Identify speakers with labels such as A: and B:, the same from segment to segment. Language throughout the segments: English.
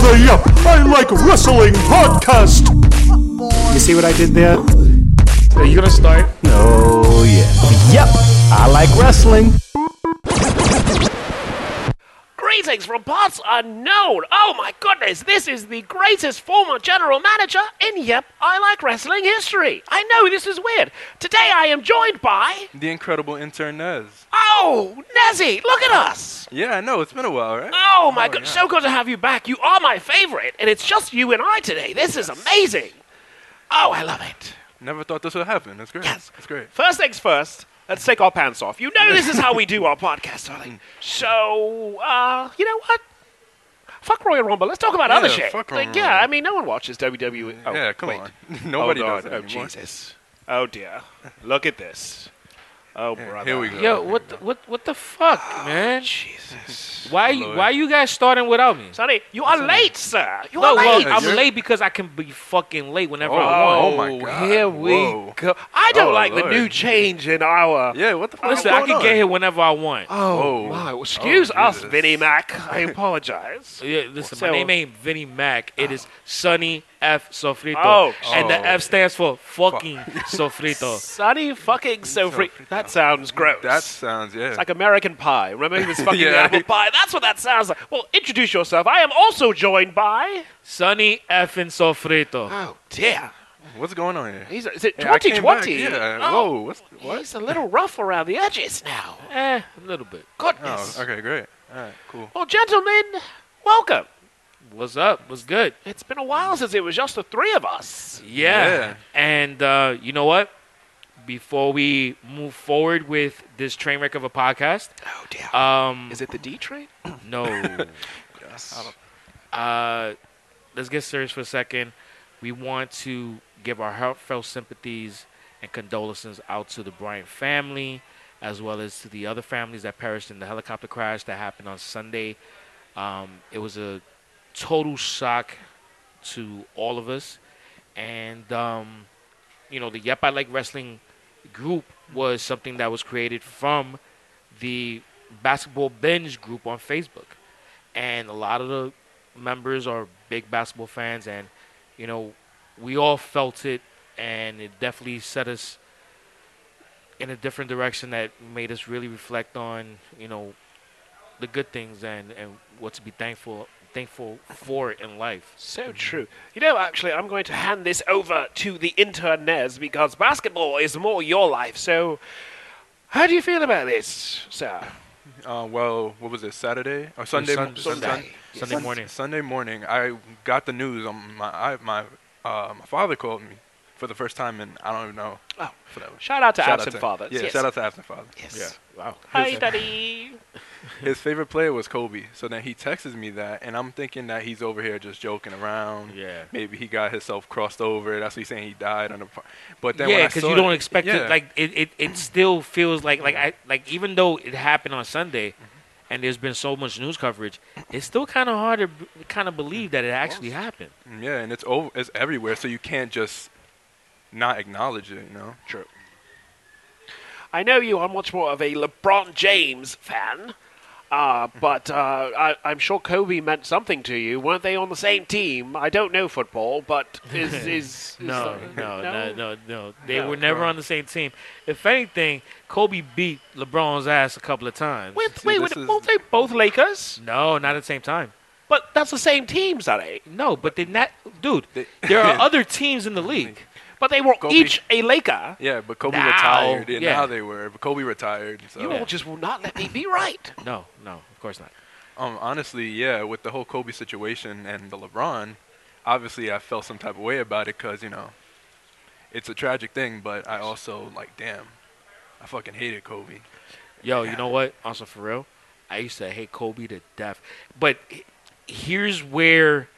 A: Hurry up! I like wrestling podcast! You see what I did there?
B: Are you gonna start?
A: Oh, yeah. Yep, I like wrestling.
C: Greetings from parts unknown. Oh my goodness, this is the greatest former general manager in Yep, I Like Wrestling history. I know this is weird. Today I am joined by.
B: The incredible intern Nez.
C: Oh, Nezzy, look at us.
B: Yeah, I know. It's been a while, right?
C: Oh my god,
B: yeah.
C: so good to have you back. You are my favorite, and it's just you and I today. This is amazing. Oh, I love it.
B: Never thought this would happen. That's great.
C: Yes.
B: That's great.
C: First things first, let's take our pants off. You know this is how we do our podcast, darling. So, uh, you know what? Fuck Royal Rumble. Let's talk about other
B: Yeah,
C: shit.
B: fuck
C: Like,
B: Royal
C: yeah,
B: Rumble.
C: I mean, no one watches WWE. Oh,
B: yeah, come
C: wait.
B: on.
C: Oh,
B: Nobody
C: God.
B: does it
C: Oh,
B: anymore.
C: Jesus. Oh, dear. Look at this. Oh, brother.
B: Here we go.
D: Yo, what the, what what the fuck,
B: Ah,
D: man?
B: Jesus.
D: Why you,
B: Lord.
D: why you guys starting without me?
C: Sonny, you are late, sir. You
D: No,
C: are
D: well,
C: late.
B: Hey, you're-
D: I'm late because I can be fucking late whenever
B: Oh,
D: I want.
B: oh my God.
D: Here we
B: Whoa.
D: go.
C: I don't
B: Oh,
C: like the
B: Lord.
C: new change in our.
B: Yeah, what the fuck?
D: Listen,
B: is
D: I
B: going
D: can
B: on?
D: get here whenever I want.
B: Oh.
C: my. Well, Excuse us,
B: Jesus.
C: Vinnie Mac. I apologize.
D: Yeah, listen,
C: So-
D: my name ain't Vinny Mac. It is Sonny F. Sofrito.
C: Oh,
D: and the
B: shit.
D: F stands for fucking Sofrito.
C: Sonny fucking so free. That sounds gross.
B: That sounds, yeah.
C: It's like American Pie. Remember he was fucking
B: Yeah.
C: the apple pie? That's what that sounds like. Well, introduce yourself. I am also joined by.
D: Sonny F. and
B: Uh.
D: Sofrito.
C: Oh dear.
B: What's going on here?
C: He's is it
B: Yeah, I came back,
C: 2020?
B: Yeah.
C: Oh,
B: Whoa. What's, what?
C: He's a little rough around the edges now.
D: Eh, a little bit.
B: Oh,
C: Goodness.
B: okay, great. All right, cool.
C: Well, gentlemen, welcome.
D: What's up? What's good?
C: It's been a while since it was just the three of us.
D: Yeah.
B: Yeah.
D: And uh, you know what? Before we move forward with this train wreck of a podcast,
C: Oh dear.
D: um,
C: is it the D train?
D: no. uh, let's get serious for a second. We want to give our heartfelt sympathies and condolences out to the Bryant family, as well as to the other families that perished in the helicopter crash that happened on Sunday. Um, it was a total shock to all of us. And, um, you know, the Yep I Like Wrestling group was something that was created from the Basketball Binge group on Facebook. And a lot of the members are big basketball fans. And, you know, we all felt it. And it definitely set us in a different direction that made us really reflect on, you know, the good things and, and what to be thankful thankful for in life.
C: So true. You know, actually, I'm going to hand this over to the intern Nez because basketball is more your life. So, how do you feel about this, sir?
B: Uh, well, what was it? Saturday or Sunday?
D: Sun-
B: mo-
D: Sunday. Sunday
B: Sun-
D: morning.
B: Sunday morning, I got the news. On my I, my uh, my father called me for the first time, and I don't even know.
C: Oh,
B: For that
C: shout out to
B: Shout out
C: absent
B: to-
C: fathers.
B: Yeah,
C: yes.
B: shout out to absent father.
C: Yes.
D: Wow.
C: Hi, Daddy.
B: His favorite player was Kobe. So then he texts me that, and I'm thinking that he's over here just joking around.
D: Yeah.
B: Maybe he got himself crossed over. That's what he's saying. He died on the. par- But then when
D: yeah,
B: I
D: because
B: saw
D: you
B: it-
D: don't expect
B: yeah.
D: it. Like it, it, it still feels like like I like even though it happened on Sunday,
B: Mm-hmm.
D: and there's been so much news coverage, it's still kind of hard to b- kind of believe that it actually happened.
B: mm, Yeah, and it's over. It's everywhere. So you can't just not acknowledge it. You know. True.
C: I know you are much more of a LeBron James fan, uh, but uh, I, I'm sure Kobe meant something to you. Weren't they on the same team? I don't know football, but is is, is
D: No,
C: the-
D: no, no, no, no. They
C: No.
D: were never on the same team. If anything, Kobe beat LeBron's ass a couple of times.
C: Wait,
B: See,
C: wait,
B: this
C: wait,
B: is-
C: weren't they both Lakers?
D: No, not at the same time.
C: But that's the same teams, are they?
D: No, but they're not, dude. There are other teams in the league.
C: But they were
B: Kobe.
C: each a Laker.
B: Yeah, but Kobe
D: Now,
B: retired, and
D: yeah.
B: now they were. But Kobe retired. So.
C: You all just will not let me be right.
D: No, no, of course not.
B: Um, honestly, yeah, with the whole Kobe situation and the LeBron, obviously I felt some type of way about it because you know, it's a tragic thing. But I also like, damn, I fucking hated Kobe.
D: Yo, you know what? Also, for real, I used to hate Kobe to death. But h- here's where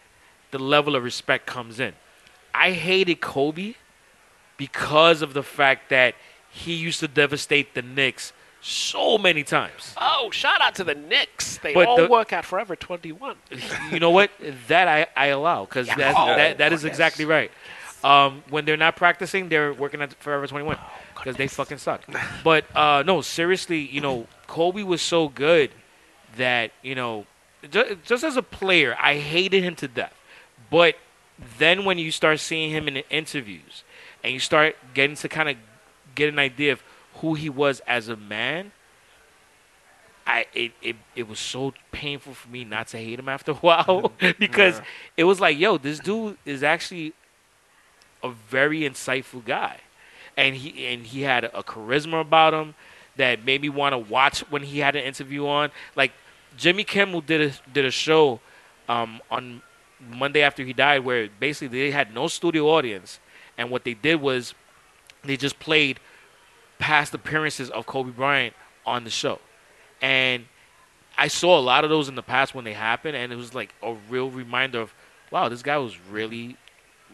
D: the level of respect comes in. I hated Kobe because of the fact that he used to devastate the Knicks so many times.
C: Oh, shout out to the Knicks. They
D: But
C: all
D: the-
C: work out Forever 21.
D: you know what? That I, I allow because that,
C: Oh,
D: that, that is exactly right. Um, when they're not practicing, they're working at Forever 21 because they fucking suck. But uh, no, seriously, you know, Kobe was so good that, you know, ju- just as a player, I hated him to death. But then when you start seeing him in the interviews and you start getting to kind of get an idea of who he was as a man, I it, it, it was so painful for me not to hate him after a while because
B: Yeah.
D: it was like, yo, this dude is actually a very insightful guy. And he and he had a charisma about him that made me want to watch when he had an interview on. Like Jimmy Kimmel did a did a show um, on Monday after he died where basically they had no studio audience and what they did was they just played past appearances of Kobe Bryant on the show. And I saw a lot of those in the past when they happened, and it was like a real reminder of, wow, this guy was really,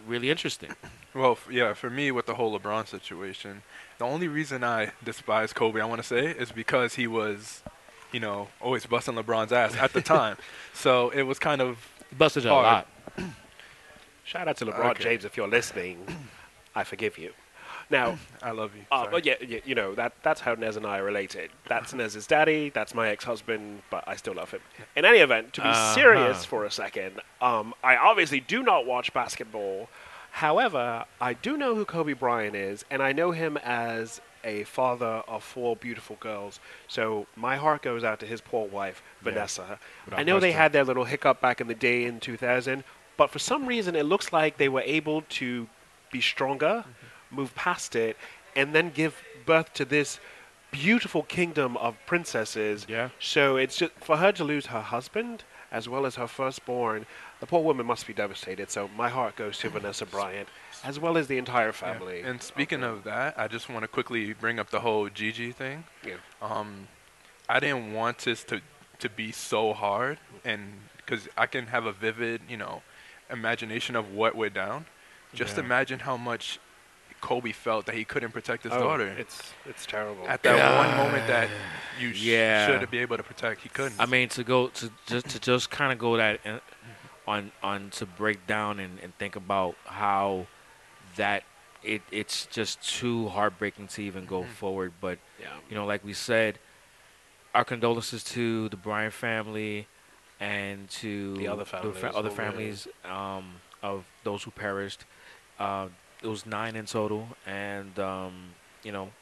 D: really interesting.
B: Well, f- yeah, for me with the whole LeBron situation, the only reason I despise Kobe, I want to say, is because he was, you know, always busting LeBron's ass at the time. so it was kind of
D: Busted a
B: Hard.
D: lot.
C: Shout out to LeBron
B: Okay.
C: Oh, James if you're listening. I forgive you. Now,
B: I love you.
C: uh,
B: Sorry.
C: but yeah, y- you know that that's how Nez and I are related. That's
D: Uh-huh.
C: Nez's daddy. That's my ex-husband, but I still love him. In any event, to be serious
D: Uh-huh.
C: for a second, um, I obviously do not watch basketball. However, I do know who Kobe Bryant is, and I know him as a father of four beautiful girls. So my heart goes out to his poor wife, Vanessa.
D: Without
C: I know they
D: question.
C: had their little hiccup back in the day in 2000, but for some reason it looks like they were able to be stronger,
B: Mm-hmm.
C: move past it, and then give birth to this beautiful kingdom of princesses.
D: Yeah.
C: So it's just for her to lose her husband as well as her firstborn. The poor woman must be devastated. So my heart goes to Vanessa Bryant as well as the entire
B: Yeah.
C: family.
B: And speaking of that, I just want to quickly bring up the whole Gigi thing.
C: Yeah.
B: Um, I didn't want this to to be so hard, and because I can have a vivid, you know, imagination of what went down. Just
D: Yeah.
B: imagine how much Kobe felt that he couldn't protect his
C: Oh,
B: daughter
C: It's it's terrible.
B: at that one moment that you sh-
D: Yeah.
B: should be able to protect. He couldn't.
D: I mean, to go to just to just kind of go that in- on on to break down and, and think about how that it it's just too heartbreaking to even go forward. But
C: yeah.
D: you know, like we said, our condolences to the Bryan family and to
C: The other families,
D: other
C: yeah.
D: families um, of those who perished. Uh, it was nine in total, and um, you know,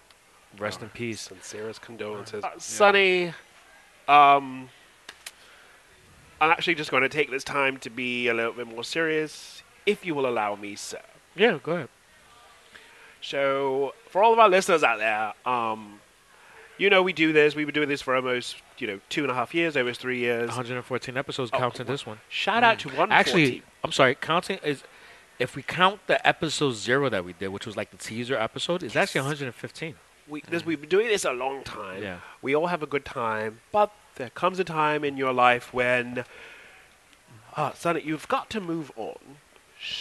D: rest in peace.
C: Sincerest condolences.
B: Uh,
C: Sonny, um, I'm actually just going to take this time to be a little bit more serious, if you will allow me, sir.
D: Yeah, go ahead.
C: So, for all of our listeners out there, um, you know we do this. We've been doing this for almost, you know, two and a half years, almost three years.
D: 114 episodes
C: Oh,
D: counting this one.
C: Shout out to one.
D: Actually, I'm sorry, counting is if we count the episode zero that we did, which was like the teaser episode, it's actually 115.
C: we, this, we've been doing this a long time.
D: Yeah.
C: We all have a good time, but there comes a time in your life when, uh, Sonny, you've got to move on.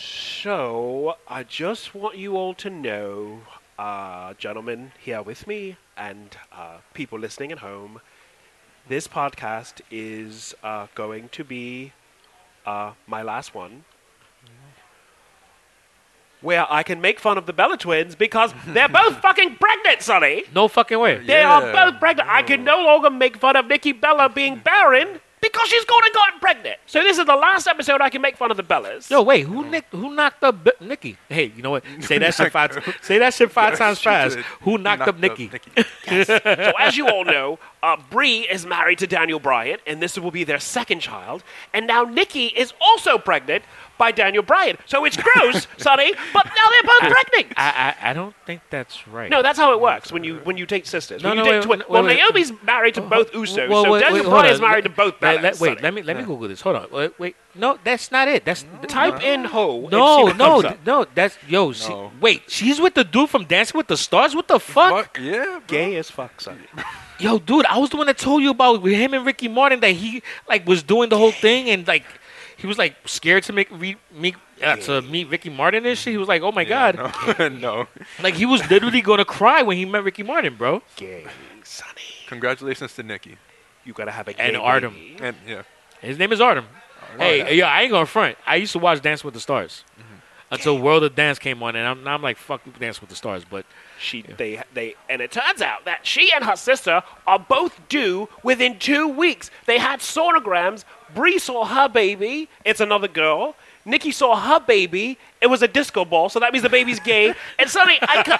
C: So I just want you all to know, uh, gentlemen here with me and uh, people listening at home, this podcast is uh, going to be uh, my last one. Where I can make fun of the Bella twins because they're both fucking pregnant, Sonny!
D: No fucking way.
C: They are
B: Yeah.
C: both pregnant. I can no longer make fun of Nikki Bella being barren because she's gone and gotten pregnant. So this is the last episode I can make fun of the Bellas.
D: Yo, wait, who nick, who knocked up B- Nikki? Hey, you know what? Say that shit five. Say that shit five times
B: She
D: fast.
B: did.
D: Who knocked, up Nikki?
C: so as you all know, uh, Bree is married to Daniel Bryant, and this will be their second child. And now Nikki is also pregnant by Daniel Bryant. So it's gross, Sonny, but now they're both pregnant.
D: I, I I don't think that's right.
C: No, that's how it works when you when you date sisters.
D: No,
C: when
D: no,
C: you date
D: wait,
C: twin-
D: wait,
C: well,
D: wait.
C: Naomi's married to both Usos,
D: Whoa,
C: so
D: wait,
C: Daniel
D: wait, hold
C: Bryant is
D: on.
C: married to both
D: Let-
C: Bellas.
D: let- wait,
C: Sonny.
D: let me let me Google this. Hold on. Wait, wait. no, that's not it. That's
C: Type in hoe. Mm-hmm. and see
D: No,
C: what
D: no,
C: comes up.
D: th- no. That's yo. She,
B: No.
D: wait, she's with the dude from Dancing with the Stars. What the fuck?
B: Fuck yeah, bro.
C: Gay as fuck, Sonny.
D: Yo, dude, I was the one that told you about with him and Ricky Martin that he like was doing the whole thing and like he was like scared to make re- meet uh, to meet Ricky Martin and shit. He was like, oh my god,
B: Yeah, no. no.
D: like he was literally gonna cry when he met Ricky Martin, bro.
C: Gay, Sonny.
B: Congratulations to Nikki.
C: You gotta have a E. gay
D: And Artem.
C: baby.
B: And yeah.
D: His name is Artem.
B: Oh, Mm-hmm.
D: Hey,
B: yeah.
D: yo, I ain't gonna front. I used to watch Dance with the Stars until World of Dance came on, and I'm, now I'm like, fuck Dance with the Stars, but
C: She, they, they, and it turns out that she and her sister are both due within two weeks. They had sonograms Bree saw her baby. It's another girl. Nikki saw her baby. It was a disco ball, so that means the baby's gay. And suddenly, I, ca-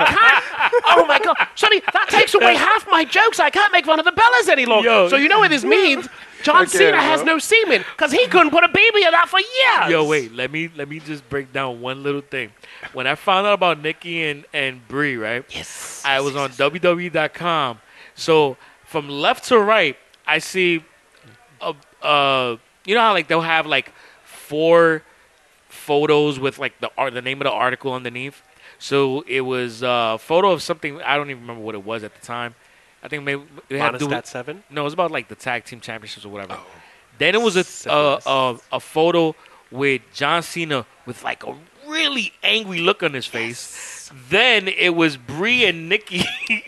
C: I can't. Oh my god! Suddenly, that takes away half my jokes. I can't make fun of the Bellas any longer.
D: Yo.
C: So you know what this means? John
B: Okay,
C: Cena has
B: bro.
C: no semen because he couldn't put a baby in that for years.
D: Yo, wait. Let me let me just break down one little thing. When I found out about Nikki and and Brie, right?
C: Yes.
D: I was on WWE.com. So from left to right, I see, a, uh, you know how like they'll have like four photos with like the art, the name of the article underneath. So it was uh, a photo of something I don't even remember what it was at the time. I think maybe it had to
C: Minus
D: do with-
C: that seven.
D: no, it was about like the tag team championships or whatever. Then it was a uh,
B: Syphilis.
D: uh, a photo with John Cena with like a really angry look on his face. Then it was Brie and Nikki,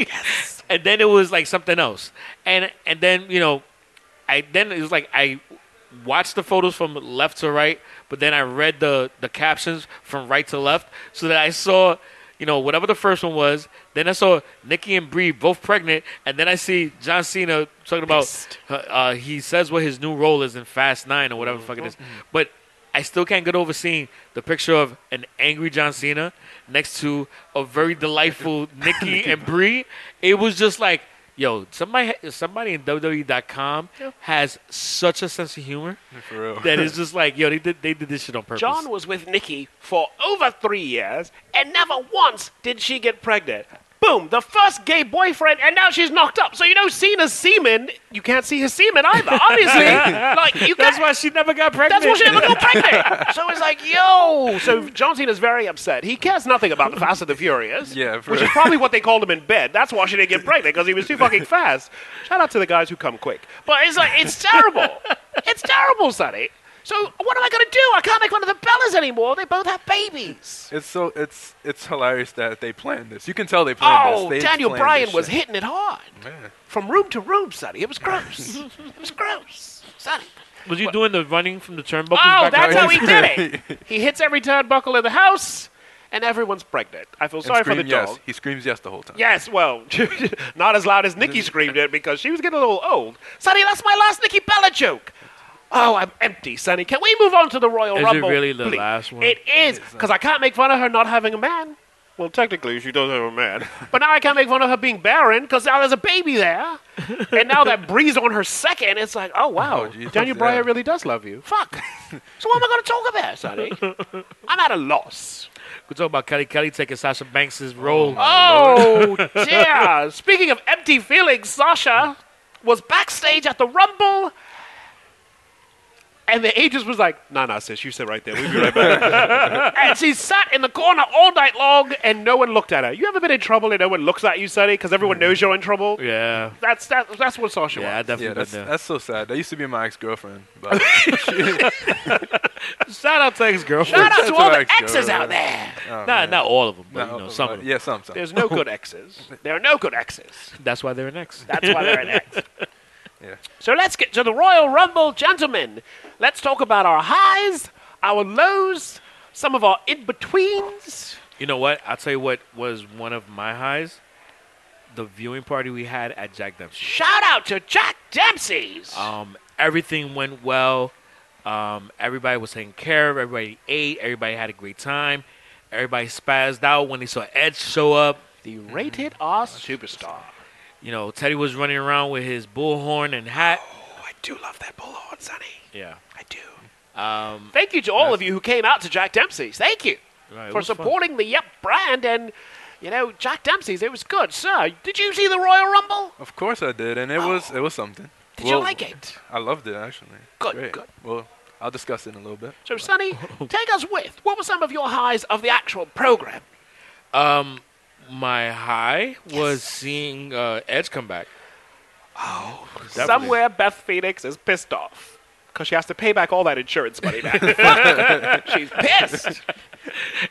D: and then it was like something else. And and then you know, I then it was like I watched the photos from left to right, but then I read the the captions from right to left, so that I saw. You know, whatever the first one was, then I saw Nikki and Brie both pregnant, and then I see John Cena talking about
C: Pissed.
D: uh, uh, he says what his new role is in Fast Nine or whatever the fuck it is. But I still can't get over seeing the picture of an angry John Cena next to a very delightful Nikki and Brie. It was just like, yo, somebody, somebody in WWE.com has such a sense of humor
B: For real.
D: that it's just like, yo, they did they did this shit on purpose.
C: John was with Nikki for over three years, and never once did she get pregnant. Boom, the first gay boyfriend, and now she's knocked up. So you know Cena's semen, you can't see his semen either, obviously. like you
D: that's
C: can't-
D: why she never got pregnant.
C: that's why she never got pregnant. So it's like, yo. So John Cena's very upset. He cares nothing about the Fast and the Furious.
B: Yeah, for
C: which is
B: real.
C: probably what they called him in bed. That's why she didn't get pregnant because he was too fucking fast. Shout out to the guys who come quick. But it's like it's terrible. it's terrible, Sonny. So what am I gonna do? I can't make one of the Bellas anymore. They both have babies.
B: It's so it's it's hilarious that they planned this. You can tell they planned
C: Oh,
B: this. They
C: Daniel
B: planned
C: Bryan
B: this
C: was
B: shit.
C: hitting it hard
B: Man.
C: from room to room, Sonny. It was gross. it was gross, Sonny.
D: Was you doing the running from the turnbuckles?
C: Oh,
D: back
C: that's
D: and
C: how
D: forth?
C: he did it. He hits every turnbuckle in the house, and everyone's pregnant. I feel
B: And
C: sorry for the
B: scream yes.
C: dog.
B: He screams yes the whole time.
C: Yes, well, not as loud as Nikki screamed it because she was getting a little old. Sonny, that's my last Nikki Bella joke. Oh, I'm empty, Sonny. Can we move on to the Royal
D: Is it
C: Rumble?
D: really the
C: please?
D: last one?
C: It is, because I can't make fun of her not having a man. Well, technically, she does have a man. but now I can't make fun of her being barren because now there's a baby there. and now that Bree's on her second, it's like, oh, wow.
B: Oh, Jesus,
C: Daniel Bryan
B: yeah.
C: really does love you. Fuck. so what am I going to talk about, Sonny? I'm at a loss.
D: We talk about Kelly Kelly taking Sasha Banks' role.
C: Oh, dear. Speaking of empty feelings, Sasha was backstage at the Rumble. And the agent was like, nah, nah, sis, you sit right there. We'll be right back. and she sat in the corner all night long, and no one looked at her. You ever been in trouble and no one looks at you, Sonny, because everyone knows you're in trouble?
D: Yeah.
C: That's, that, that's what Sasha
D: Yeah, I
C: was.
D: definitely
B: Yeah,
D: been
B: that's
D: there.
B: that's so sad. That used to be my ex girlfriend, but oh,
D: Shout out to ex girlfriend.
C: Shout out
B: that's
C: to all
B: what I
C: the
B: actually
C: exes
B: wrote.
C: out there.
D: Nah, not all of them, but you know,
B: uh,
D: some of them.
B: yeah, some, some.
C: There's no good exes. There are no good exes.
D: That's why they're an ex.
C: That's why they're an ex.
B: Yeah.
C: So let's get to the Royal Rumble, gentlemen. Let's talk about our highs, our lows, some of our in betweens.
D: You know what? I'll tell you what was one of my highs. The viewing party we had at Jack Dempsey.
C: Shout out to Jack Dempsey's.
D: Um, everything went well. Um, everybody was taken care of. Everybody ate. Everybody had a great time. Everybody spazzed out when they saw Ed show up.
C: the rated R superstar.
D: You know, Teddy was running around with his bullhorn and hat.
C: Oh, I do love that bullhorn, Sonny.
D: Yeah.
C: I do.
D: Um,
C: Thank you to all of you who came out to Jack Dempsey's. Thank you
D: Right, it
C: for
D: was fun.
C: supporting the Yep brand and, you know, Jack Dempsey's. It was good. Sir, did you see the Royal Rumble?
B: Of course I did, and it was it was something.
C: Did you
B: Well,
C: like it?
B: I loved it actually.
C: Good,
B: Great.
C: good.
B: Well, I'll discuss it in a little bit.
C: So, Sonny, take us with what were some of your highs of the actual program?
D: Um, my high was seeing uh, Edge come back. Oh,
C: Somewhere Beth Phoenix is pissed off because she has to pay back all that insurance money now. She's pissed.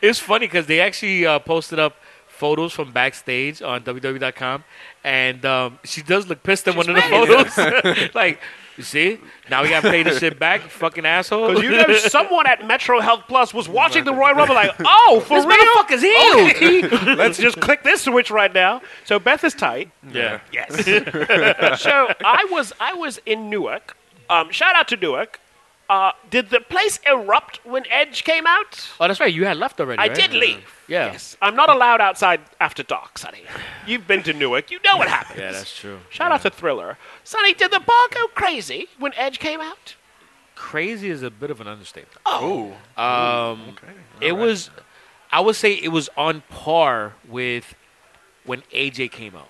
D: It's funny because they actually uh, posted up photos from backstage on www.com, and um, she does look pissed in one of the photos. like, you see, now we gotta pay this shit back, you fucking asshole.
C: Because you know someone at Metro Health Plus was watching the Royal Rumble like, oh, for
D: This
C: real?
D: motherfucker's healed.
C: Okay, Let's just click this switch right now. So Beth is tight.
D: yeah.
C: Yes. so I was I was in Newark Um, shout out to Newark. Uh, did the place erupt when Edge came out?
D: Oh, that's right. You had left already.
C: I
D: right?
C: did leave.
D: Yeah.
C: Yes. I'm not allowed outside after dark, Sonny. You've been to Newark. You know what happens.
D: Yeah, that's true.
C: Shout
D: Yeah.
C: out to Thriller. Sonny, did the bar go crazy when Edge came out?
D: Crazy is a bit of an understatement.
B: Oh.
D: Um,
B: Okay.
D: it
B: alright.
D: was, I would say, it was on par with when AJ came out.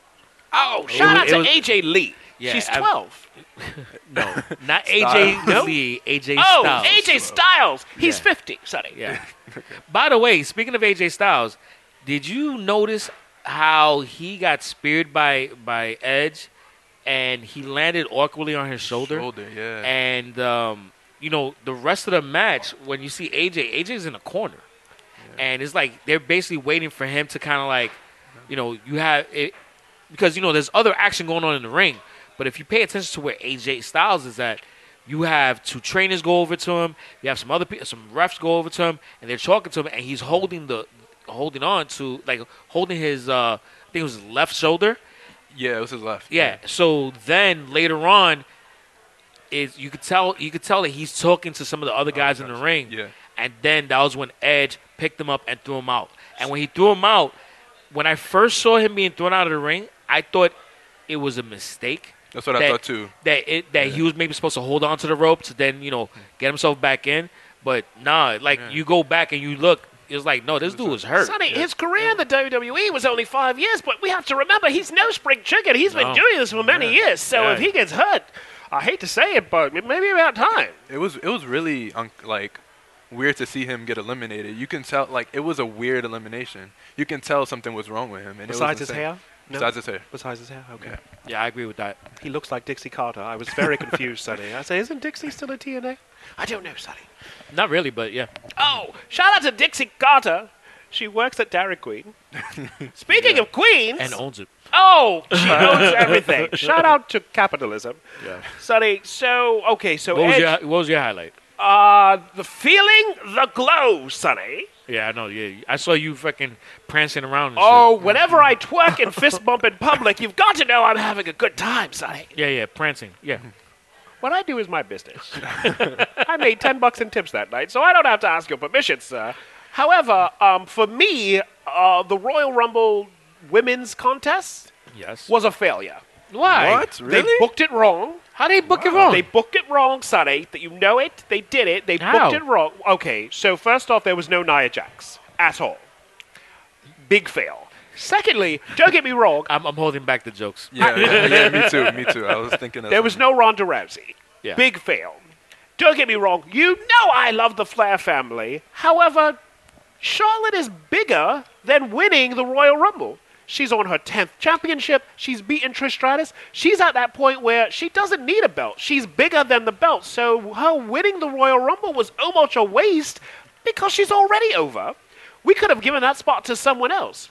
C: Oh, shout out
D: it
C: to
D: was-
C: AJ Lee.
D: Yeah,
C: She's
D: I-
C: 12.
D: No, not
B: Styles.
D: AJ
B: No?
D: Lee. AJ
C: oh,
D: Styles.
C: AJ Styles. He's
D: Yeah.
C: 50, Sonny.
D: Yeah. By the way, speaking of AJ Styles, did you notice how he got speared by by Edge, and he landed awkwardly on his shoulder?
B: Shoulder, yeah.
D: And um, you know, the rest of the match, when you see AJ, AJ's in a corner, and it's like they're basically waiting for him to kind of like, you know, you have it because you know there's other action going on in the ring, but if you pay attention to where AJ Styles is at. You have two trainers go over to him. You have some other people, some refs go over to him, and they're talking to him, and he's holding the, holding on to like holding his, uh, I think it was his left shoulder,
B: yeah, it was his left.
D: yeah. So then later on, is you could tell you could tell that he's talking to some of the other guys in the ring.
B: Oh, Yeah.
D: And then that was when Edge picked him up and threw him out. And when he threw him out, when I first saw him being thrown out of the ring, I thought it was a mistake.
B: That's what I
D: that-
B: thought too.
D: That it that he was maybe supposed to hold on to the rope to then you know get himself back in. But nah, like
B: Hmm. Yeah.
D: you go back and you look, it's like no, this dude was hurt.
C: Sonny, his career in the WWE was only five years, but we have to remember he's no spring chicken. He's been
D: No.
C: doing this for many years, so
D: Yeah.
C: if he gets hurt, I hate to say it, but it may be about time.
B: It was it was really un- like weird to see him get eliminated. You can tell like it was a weird elimination. You can tell something was wrong with him. And
E: Besides
B: it was
E: his
B: insane.
E: hair? No?
B: Besides his hair.
E: Besides his hair, okay.
B: Yeah.
D: Yeah, I agree with that.
E: He looks like Dixie Carter. I was very confused, Sonny. I say, isn't Dixie still in TNA?
C: I don't know, Sonny.
D: Not really, but yeah.
C: Oh, shout out to Dixie Carter.
E: She works at Dairy Queen.
C: Speaking of queens,
D: And owns it.
C: oh, she owns everything.
E: Shout out to capitalism.
D: Yeah.
C: Sonny, so okay, so
D: What was
C: Edge,
D: your What was your highlight?
C: uh, the feeling, the glow, Sonny.
D: Yeah, I know. Yeah, I saw you fucking prancing around. And
C: Oh, whenever I twerk and fist bump in public, you've got to know I'm having a good time, Sonny.
D: shit. yeah, yeah, prancing. Yeah,
E: What I do is my business. I made 10 bucks in tips that night, so I don't have to ask your permission, sir.
C: However, um, for me, uh, the Royal Rumble women's contest
D: yes.
C: was a failure.
D: Why?
B: What?
C: They
B: Really?
C: booked it wrong.
D: How they book it wrong?
C: They booked it wrong, Sonny. That you know it. They did it. They
D: How?
C: booked it wrong. Okay, so first off, there was no Nia Jax at all. Big fail. Secondly, don't get me wrong.
D: I'm, I'm holding back the jokes.
B: Yeah, yeah, yeah, me too, me too. I was thinking of
C: There was no Ronda Rousey.
D: Yeah.
C: Big fail. Don't get me wrong. You know I love the Flair family. However, Charlotte is bigger than winning the Royal Rumble. She's on her 10th championship. She's beaten Trish Stratus. She's at that point where she doesn't need a belt. She's bigger than the belt. So her winning the Royal Rumble was almost a waste because she's already over. We could have given that spot to someone else.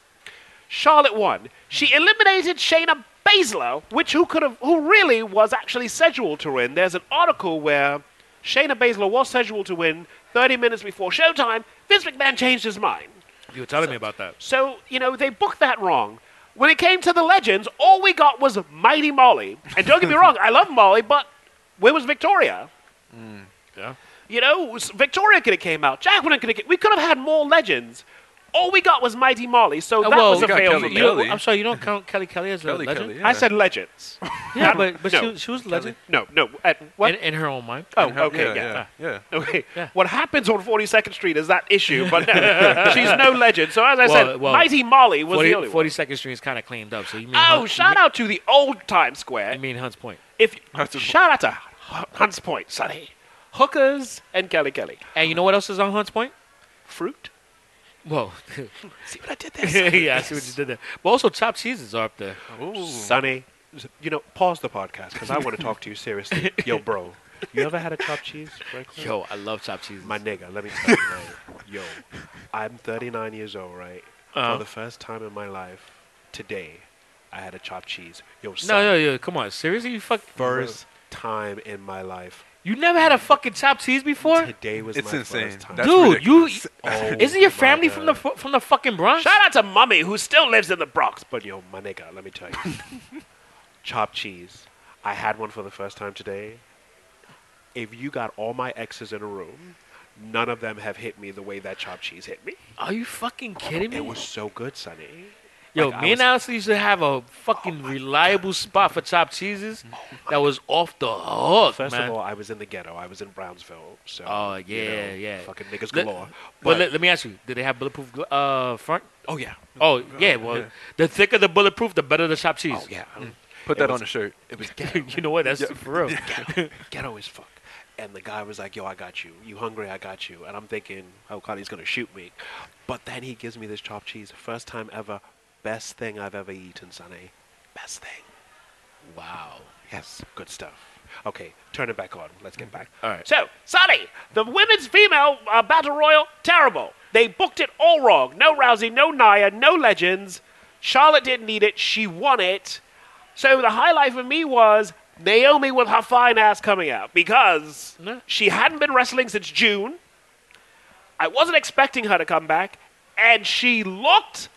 C: Charlotte won. She eliminated Shayna Baszler, which who could have, who really was actually scheduled to win. There's an article where Shayna Baszler was scheduled to win 30 minutes before showtime. Vince McMahon changed his mind.
D: You were telling me about that.
C: So, you know, they booked that wrong. When it came to the legends, all we got was Mighty Molly. And don't get me wrong, I love Molly, but where was Victoria?
D: Yeah.
C: You know, s- Victoria could have came out. Jacqueline could have. ca- We could have had more legends. All we got was Mighty Molly, so
D: Oh,
C: that was a
B: got
C: fail
B: Kelly
C: for me.
D: you-
B: Kelly.
D: I'm sorry, you don't count Kelly Kelly as
B: Kelly
D: a legend.
B: Kelly.
E: I
B: yeah.
E: said legends.
D: Yeah, but but
E: No.
D: she, she was a legend
E: No, no. uh, what?
D: in, in her own mind.
E: oh,
B: Yeah,
E: okay, yeah.
B: yeah, yeah.
E: Okay.
D: Yeah.
E: What happens on 42nd Street is that issue, but no, she's no legend. So as I
D: Well,
E: said,
D: well,
C: Mighty Molly was the only one.
D: 42nd Street is kind of cleaned up. So you mean?
C: Oh,
D: Hunt-
C: shout out to the old time square.
D: you mean Hunt's Point
C: If
B: That's a-
C: shout out to H- Hunts Point, Sonny, hookers and Kelly Kelly
D: and you know what else is on Hunt's Point?
C: fruit.
D: Whoa,
C: See what I did there? Sonny?
D: yeah, I see what you did there. But also, chopped cheeses are up there.
B: Ooh.
E: Sonny, you know, pause the podcast because I want to talk to you seriously. Yo, bro, you ever had a chopped cheese? Franklin?
D: Yo, I love chopped cheeses.
E: My nigga, let me tell you, man. Yo, I'm 39 years old, right?
D: Uh-huh.
E: For the first time in my life, today, I had a chopped cheese. Yo, son,
D: no, no, no, come on, seriously, you fuck.
E: first time in my life,
D: You never had a fucking chopped cheese before?
E: today was
B: It's
E: my
B: insane.
E: first time.
B: That's
D: Dude,
B: ridiculous.
D: you
E: Oh
D: isn't your
E: my
D: family from the
E: God.
D: fu- from the fucking Bronx?
C: Shout out to Mummy, who still lives in the Bronx.
E: But yo, my nigga, let me tell you, chopped cheese. I had one for the first time today. if you got all my exes in a room, none of them have hit me the way that chopped cheese hit me.
D: Are you fucking kidding me?
E: It was so good, Sonny.
D: Yo,
E: like, I
D: me and
E: was-
D: Allison used to have a fucking reliable spot for chopped cheeses that was off the hook,
E: First
D: man.
E: of all, I was in the ghetto. I was in Brownsville. So,
D: Oh,
E: you
D: yeah,
E: know,
D: yeah.
E: Fucking niggas
D: Let-
E: galore.
D: but let, let me ask you, did they have bulletproof gla- uh, front?
E: oh, yeah.
D: Oh yeah, well, the thicker the bulletproof, the better the chopped cheese.
E: Oh, yeah.
B: Put
E: It
B: that
E: was-
B: on a shirt.
E: It was ghetto.
D: you know what? That's for real.
E: ghetto as fuck. And the guy was like, "Yo, I got you. You hungry? I got you." And I'm thinking, "Oh God, he's gonna shoot me." But then he gives me this chopped cheese. First time ever, best thing I've ever eaten, Sonny. Best thing.
D: Wow.
E: Yes, good stuff. Okay, turn it back on. Let's get back.
D: All right.
C: So, Sonny, the women's female uh, battle royal, terrible. They booked it all wrong. No Rousey, no Nia, no legends. Charlotte didn't need it. She won it. So the highlight for me was Naomi with her fine ass coming out because
D: Yeah.
C: she hadn't been wrestling since June. I wasn't expecting her to come back, and she looked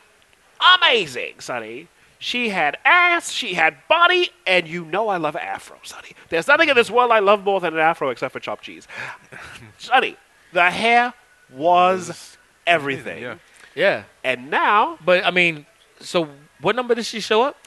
C: amazing, Sonny. She had ass, she had body, and you know I love an afro, Sonny. There's nothing in this world I love more than an afro except for chopped cheese. Sonny, the hair was everything.
B: Yeah.
D: Yeah,
C: And now,
D: but I mean, so what number did she show up?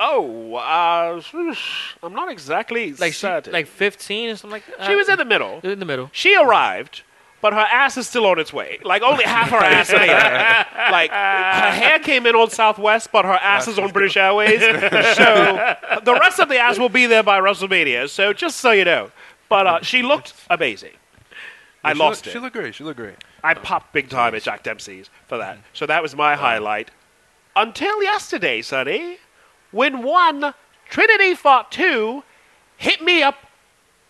C: oh, uh, whoosh, I'm not exactly
D: Like she,
C: certain.
D: like uh, fifteen or something like that.
C: she was in the middle.
D: in the middle.
C: She arrived, but her ass is still on its way. Like only half her ass made it. Like her hair came in on Southwest, but her ass is on British Airways. So the rest of the ass will be there by WrestleMania. So just so you know, but uh, she looked amazing. I
B: Yeah, she
C: lost
B: look-
C: it.
B: She looked great. She looked great.
C: I popped big time at Jack Dempsey's for
B: Mm.
C: that. So that was my highlight. Until yesterday, Sonny, when one Trinity fought two, hit me up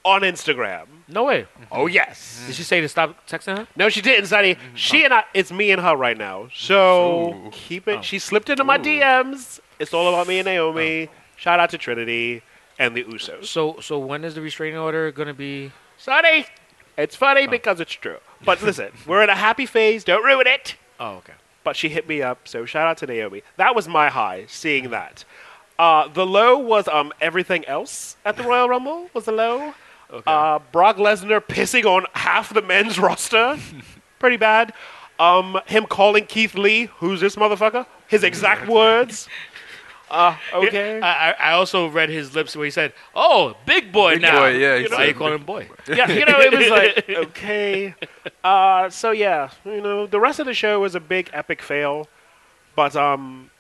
C: on Instagram.
D: No way.
E: Mm-hmm.
C: Oh yes.
D: Did she say to stop texting her?
C: No, she didn't, Sonny. She and I, it's me and her right now. So
B: Ooh.
C: keep it. She slipped into my DMs. It's all about me and Naomi. Shout out to Trinity and the Usos.
D: So so when is the restraining order gonna be?
C: Sonny, it's funny because it's true. But listen, we're in a happy phase. Don't ruin it.
D: Oh okay.
C: But she hit me up. So shout out to Naomi. That was my high, seeing that. Uh, the low was um, everything else at the Royal Rumble was the low. Uh, Brock Lesnar pissing on half the men's roster. Pretty bad. Um, him calling Keith Lee, who's this motherfucker? His exact words. Uh, okay.
D: I, I I also read his lips where he said, "Oh, big boy
B: Big
D: now."
B: boy, yeah, he
D: You know,
B: said
D: why you call him boy?
C: yeah, you know, it was like, okay. Uh, so, yeah, you know, the rest of the show was a big epic fail, but um,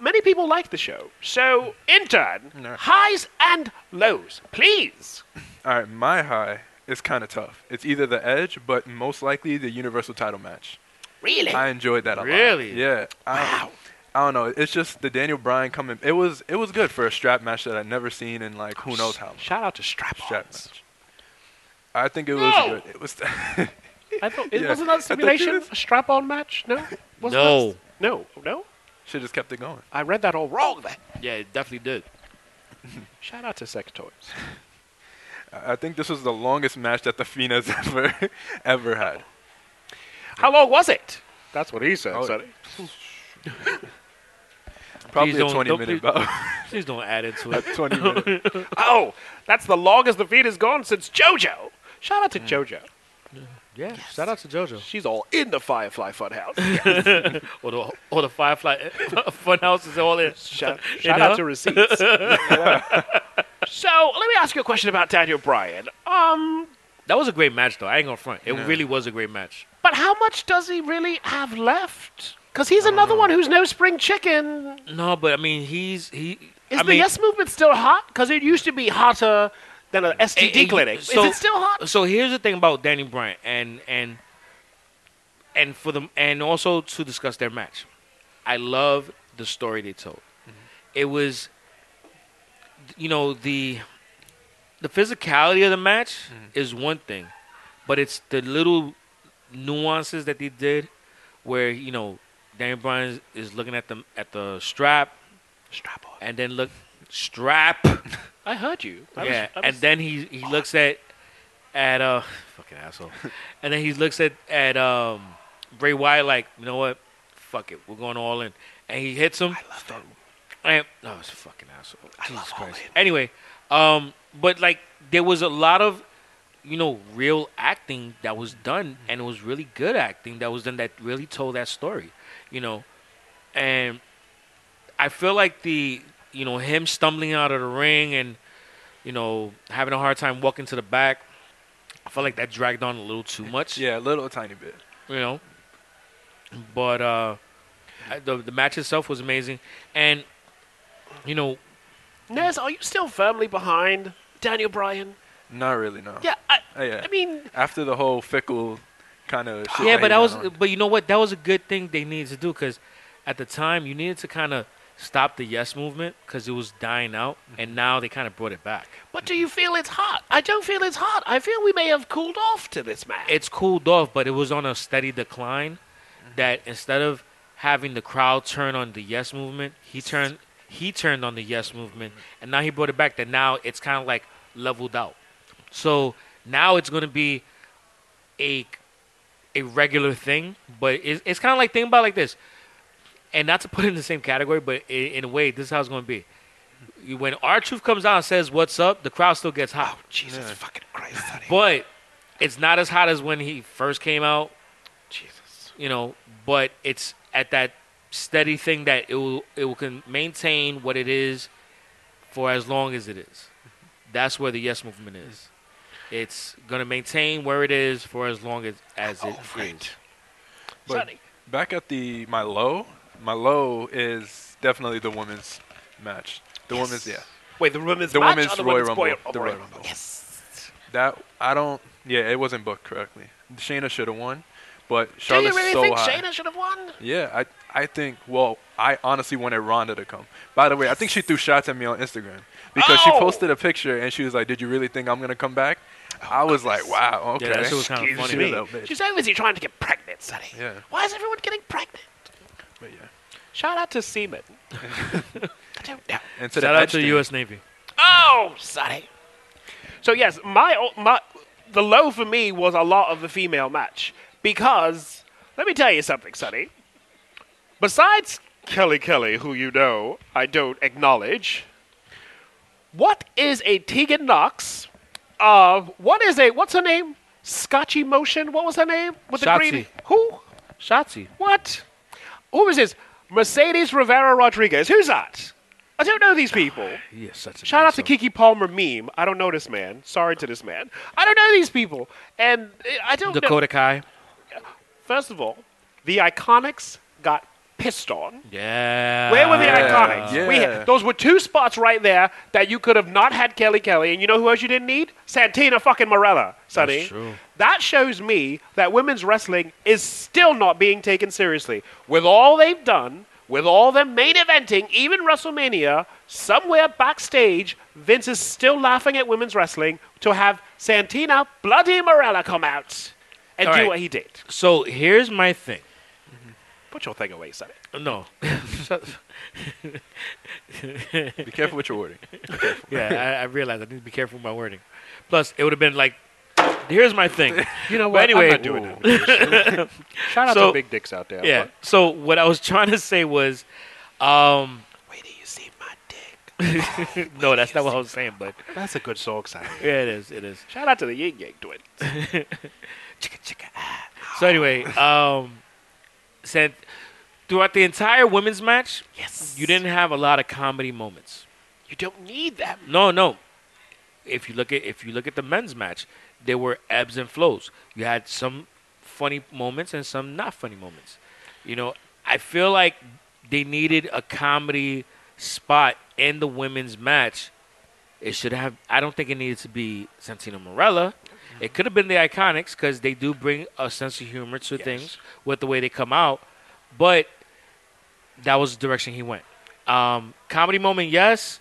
C: many people liked the show. So, in turn,
B: No.
C: highs and lows, please.
B: All right, my high is kind of tough. It's either the Edge, but most likely the Universal title match.
C: Really?
B: I enjoyed that a
D: Really?
B: lot. Yeah. I, wow. I don't know. It's just the Daniel Bryan coming. It was it was good for a strap match that I'd never seen in like who knows how long.
C: Shout out to Strap
B: strap match. I think it was
C: No!
B: good. It was
C: I thought, it
B: Yeah.
C: wasn't that a
B: I thought it
C: simulation?
B: is.
C: A strap on match? No? Wasn't
D: No.
C: that- no, no?
B: should just kept it going.
C: I read that all wrong then.
D: Yeah, it definitely did.
C: Shout out to Sex Toys.
B: I I think this was the longest match that the Fiend has ever ever had.
C: How long was it? That's what he said.
B: Oh,
C: Sonny.
B: Probably a
D: don't-
B: 20
D: don't
B: minute
D: please-
B: bout.
D: Please don't add into it.
B: 20 minute.
C: Oh, that's the longest the feed has gone since JoJo. Shout out to JoJo.
D: Yeah. Shout out to JoJo.
C: She's all in the Firefly Funhouse.
D: Or the or the Firefly Funhouse is all in.
C: Shout,
D: in
C: shout out
D: her.
C: to receipts. so let me ask you a question about Daniel Bryan. Um,
D: That was a great match, though. I ain't gonna front. It really was a great match.
C: but how much does he really have left? Because he's another one who's no spring chicken.
D: No, but I mean, he's he.
C: Is
D: I
C: the
D: mean,
C: Yes Movement still hot? Because it used to be hotter than an
D: eh,
C: STD
D: eh,
C: clinic.
D: so-
C: Is it still hot?
D: So here's the thing about Danny Bryant and and and for them and also to discuss their match. I love the story they told.
C: Mm-hmm.
D: It was, you know, the the physicality of the match
C: Mm-hmm.
D: is one thing, but it's the little nuances that they did, where you know Danny Bryan is is looking at the at the strap,
C: Strap on.
D: and then look strap.
C: I heard you. I was-
D: yeah,
C: I
D: and
C: was-
D: then he he looks at at uh fucking asshole, and then he looks at at um Bray Wyatt like you know what, fuck it, we're going all in, oh, and he hits him. I love that. And no, it's a fucking asshole. Jesus Christ. Anyway, Um, but like there was a lot of, you know, real acting that was done, and it was really good acting that was done that really told that story, you know, and I feel like the you know him stumbling out of the ring and you know having a hard time walking to the back. I felt like that dragged on a little too much.
B: Yeah, a little tiny bit.
D: you know. But uh, I- the the match itself was amazing, and you know,
C: Nez, are you still firmly behind Daniel Bryan?
B: Not really, no.
C: Yeah, I,
B: Uh, yeah.
C: I mean,
B: After the whole fickle kind of shit.
D: yeah.
B: he
D: But that
B: got
D: was,
B: on.
D: but you know what? That was a good thing they needed to do because at the time you needed to kind of stop the yes movement because it was dying out,
B: Mm-hmm.
D: and now they kind of brought it back.
C: but do you feel it's hot? I don't feel it's hot. I feel we may have cooled off to this match.
D: It's cooled off, but it was on a steady decline. That instead of having the crowd turn on the yes movement, he turned he turned on the yes movement, and now he brought it back. That now it's kind of like leveled out. So now it's going to be a a regular thing, but it's, it's kind of like think about it like this, and not to put it in the same category, but i in a way, this is how it's going to be. You- When our truth comes out and says "What's up," the crowd still gets Oh, hot.
E: Jesus fucking Christ, honey.
D: But it's not as hot as when he first came out,
E: Jesus.
D: you know. But it's at that steady thing that it will it will can maintain what it is for as long as it is. That's where the yes movement is. It's gonna maintain where it is for as long as as
C: Oh,
D: it is.
B: But
C: Sonny.
B: back at the my low, my low is definitely the women's match. The women's, yeah.
C: Wait, the women's
B: The
C: match
B: women's
C: or the
B: Royal
C: women's
B: Rumble.
C: Royal- oh,
B: The
C: Royal
B: Royal
C: Rumble.
B: Rumble.
C: Yes.
B: That I don't. Yeah, it wasn't booked correctly. Shayna should have won, but
C: Do you
B: Charlotte's
C: really
B: so
C: think
B: high.
C: Shayna should have won?
B: Yeah, I I think. Well, I honestly wanted Ronda to come. By the way, I think she threw shots at me on Instagram because she
C: Oh!
B: posted a picture and she was like, "Did you really think I'm gonna come back?" I was like, "Wow, okay."
D: Yeah, that shit was kinda
B: Excuse
D: funny.
B: me, little bitch.
C: She's obviously trying to get pregnant, Sonny.
B: Yeah.
C: Why is everyone getting pregnant?
B: But yeah.
C: Shout out to Seaman. I don't know.
B: And to
D: Shout
B: the
D: out
B: Edge
D: to the
B: thing.
D: U.S. Navy.
C: Oh, sorry. So yes, my o- my the low for me was a lot of the female match because let me tell you something, Sonny. Besides Kelly Kelly, who you know I don't acknowledge, what is a Tegan Knox? Uh, what is a what's her name? Scotchy Motion. What was her name? With the green.
D: Shotzi.
C: Who?
D: Shotzi.
C: What? Who is this? Mercedes Rivera Rodriguez. Who's that? I don't know these people.
D: Yes, such a
C: Shout out to Kiki Palmer meme. I don't know this man. Sorry to this man. I don't know these people, and uh, I don't. Know.
D: Dakota Kai.
C: First of all, the Iconics got pissed on.
D: Yeah.
C: Where were the
B: Ah, Yeah,
C: Iconics? We
B: yeah.
C: those were two spots right there that you could have not had Kelly Kelly, and you know who else you didn't need? Santina fucking Morella, Sonny.
D: true.
C: That shows me that women's wrestling is still not being taken seriously. With all they've done, with all their main eventing, even WrestleMania, somewhere backstage, Vince is still laughing at women's wrestling to have Santina bloody Morella come out and
D: All
C: do
D: right.
C: what he did.
D: So here's my thing.
C: Put your thing away, Sonny.
D: No.
B: Be careful what you're ordering.
D: yeah, I, I realized I need to be careful with my wording. Plus, it would have been like, here's my thing.
C: You know
D: But anyway,
C: I'm not doing that. Shout out
D: So-
C: to big dicks out there.
D: yeah. So what I was trying to say was, um,
E: Wait till you see my dick.
D: no, that's not what I was saying, but
E: That's a good song, Sonny.
D: yeah, it is, it is.
C: Shout out to the Yin Yang twins.
E: chicka chicka. ah.
D: So anyway, um, said throughout the entire women's match,
C: Yes.
D: you didn't have a lot of comedy moments.
C: You don't need them.
D: No, no. If you look at if you look at the men's match, there were ebbs and flows. You had some funny moments and some not funny moments. You know, I feel like they needed a comedy spot in the women's match. It should have. I don't think it needed to be Santino Morella.
C: Mm-hmm.
D: It could have been the Iconics because they do bring a sense of humor to things with the way they come out. But that was the direction he went. Um, comedy moment, yes.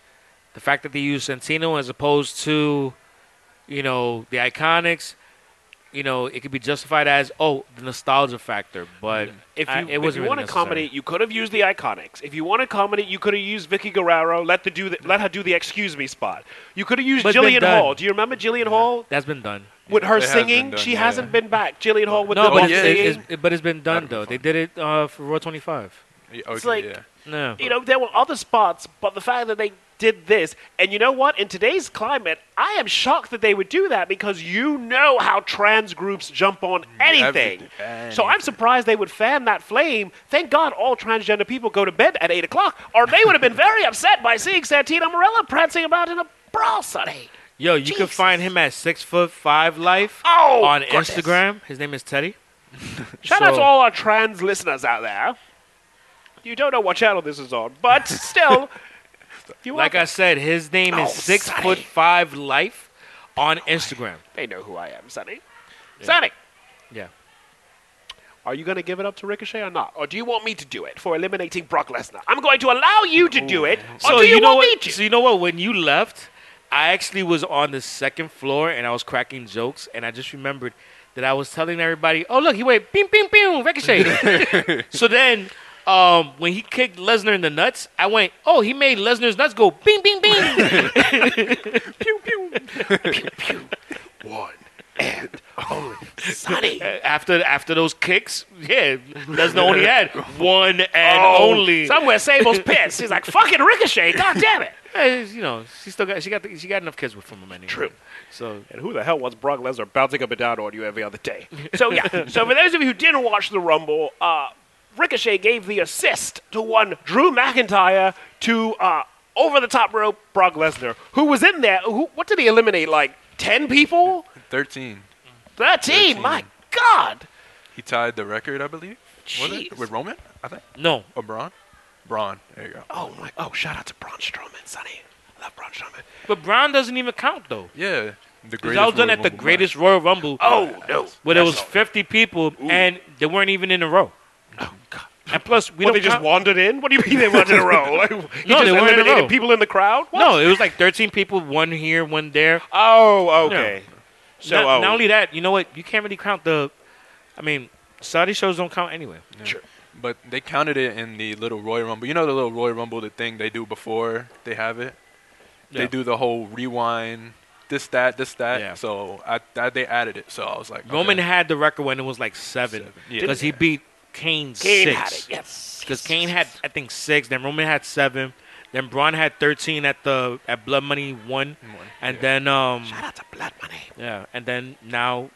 D: The fact that they used Santino as opposed to, you know, the Iconics, you know, it could be justified as oh the nostalgia factor. But
C: If you,
D: I-
C: if
D: it wasn't
C: you
D: really
C: wanted
D: necessary.
C: comedy, you could have used the Iconics. If you wanted comedy, you could have used Vicky Guerrero. Let the do the, let her do the excuse me spot. You could have used
D: But it's been
C: Jillian
D: done.
C: Hall. Do you remember Jillian Hall
D: that's been done.
C: with her
B: It has been
C: singing?
B: done,
C: she
B: yeah.
C: hasn't been back. Jillian Hall with
D: No,
C: the
D: but
C: one
B: yeah,
D: it's,
C: singing.
D: it's, it- but it's been done
B: That'd be
D: though. They
B: fun.
D: did it uh, for Raw 25.
B: Yeah, Okay,
C: like-
B: yeah.
D: No,
C: you know, there were other spots, but the fact that they did this. And you know what? In today's climate, I am shocked that they would do that because you know how trans groups jump
D: Mm,
C: on anything.
B: Everything.
C: So I'm surprised they would fan that flame. Thank God all transgender people go to bed at 8 o'clock, or they would have been very upset by seeing Santina Morella prancing about in a bra sunny.
D: Yo, you can find
C: Jesus.
D: him at six foot five life
C: Oh,
D: on
C: goodness.
D: Instagram. His name is Teddy.
C: Shout out
D: So-
C: to all our trans listeners out there. You don't know what channel this is on, but still, you
D: Like
C: are,
D: I said, his name
C: Oh,
D: is six
C: Sonny.
D: foot five life on Instagram.
C: they know who I am, Sonny. Sonny,
D: Yeah.
C: are you going to give it up to Ricochet or not? Or do you want me to do it for eliminating Brock Lesnar? I'm going to allow you to do it, or do you,
D: know
C: want
D: what?
C: me to?
D: So you know what? When you left, I actually was on the second floor and I was cracking jokes, and I just remembered that I was telling everybody, "Oh look, he went ping, ping, ping, ricochet." so then, um, when he kicked Lesnar in the nuts, I went, "Oh, he made Lesnar's nuts go ping, ping, ping."
E: One.
C: Sonny.
D: after after those kicks, yeah, Lesnar only had one and
C: Oh.
D: only.
C: Somewhere Sable's pissed. He's like, fucking Ricochet, god damn it.
D: Eh, you know, she still got she got the, she got enough kids from him anyway.
C: True.
D: So
C: And who the hell wants Brock Lesnar bouncing up and down on you every other day? So yeah. so for those of you who didn't watch the Rumble, uh, Ricochet gave the assist to one Drew McIntyre to uh, over the top rope Brock Lesnar, who was in there. Who, what did he eliminate? Like ten people?
B: 13.
C: Thirteen?
B: 13.
C: My God!
B: He tied the record, I believe. Was
C: Jeez.
B: it? With Roman, I think.
D: no,
B: Or Braun? Braun. There you go.
E: Oh my! Oh, shout out to Braun Strowman, Sonny. I love Braun Strowman.
D: but Brown doesn't even count though.
B: Yeah. The greatest.
D: That was done
B: Royal
D: at
B: Rumble
D: the
B: match.
D: greatest Royal Rumble.
C: Oh no!
D: where there was 50 people and they weren't even in a row. And plus,
C: Oh, What,
D: we don't
C: they just
D: count-
C: wandered in? What do you mean they weren't in a row? Like, he
D: No,
C: just
D: they weren't in a
C: eliminated
D: row.
C: people in the crowd? What?
D: No, it was like 13 people, one here, one there.
C: Oh, okay. So
D: not,
C: oh,
D: not only that, you know what? You can't really count the. I mean, Saudi shows don't count anyway.
B: But they counted it in the little Royal Rumble. You know the little Royal Rumble, the thing they do before they have it.
D: Yeah.
B: They do the whole rewind, this that, this that.
D: Yeah.
B: So I, that they added it. So I was like,
D: Roman
B: okay.
D: had the record when it was like seven
B: Seven. Yeah.
D: because he beat Kane,
C: Kane
D: six.
C: had it. Yes.
D: Because Kane had, I think, six. Then Roman had seven. Then Braun had 13 at the at Blood Money one,
B: One,
D: and
B: yeah.
D: then um,
E: Shout out to Blood Money.
D: Yeah, and then now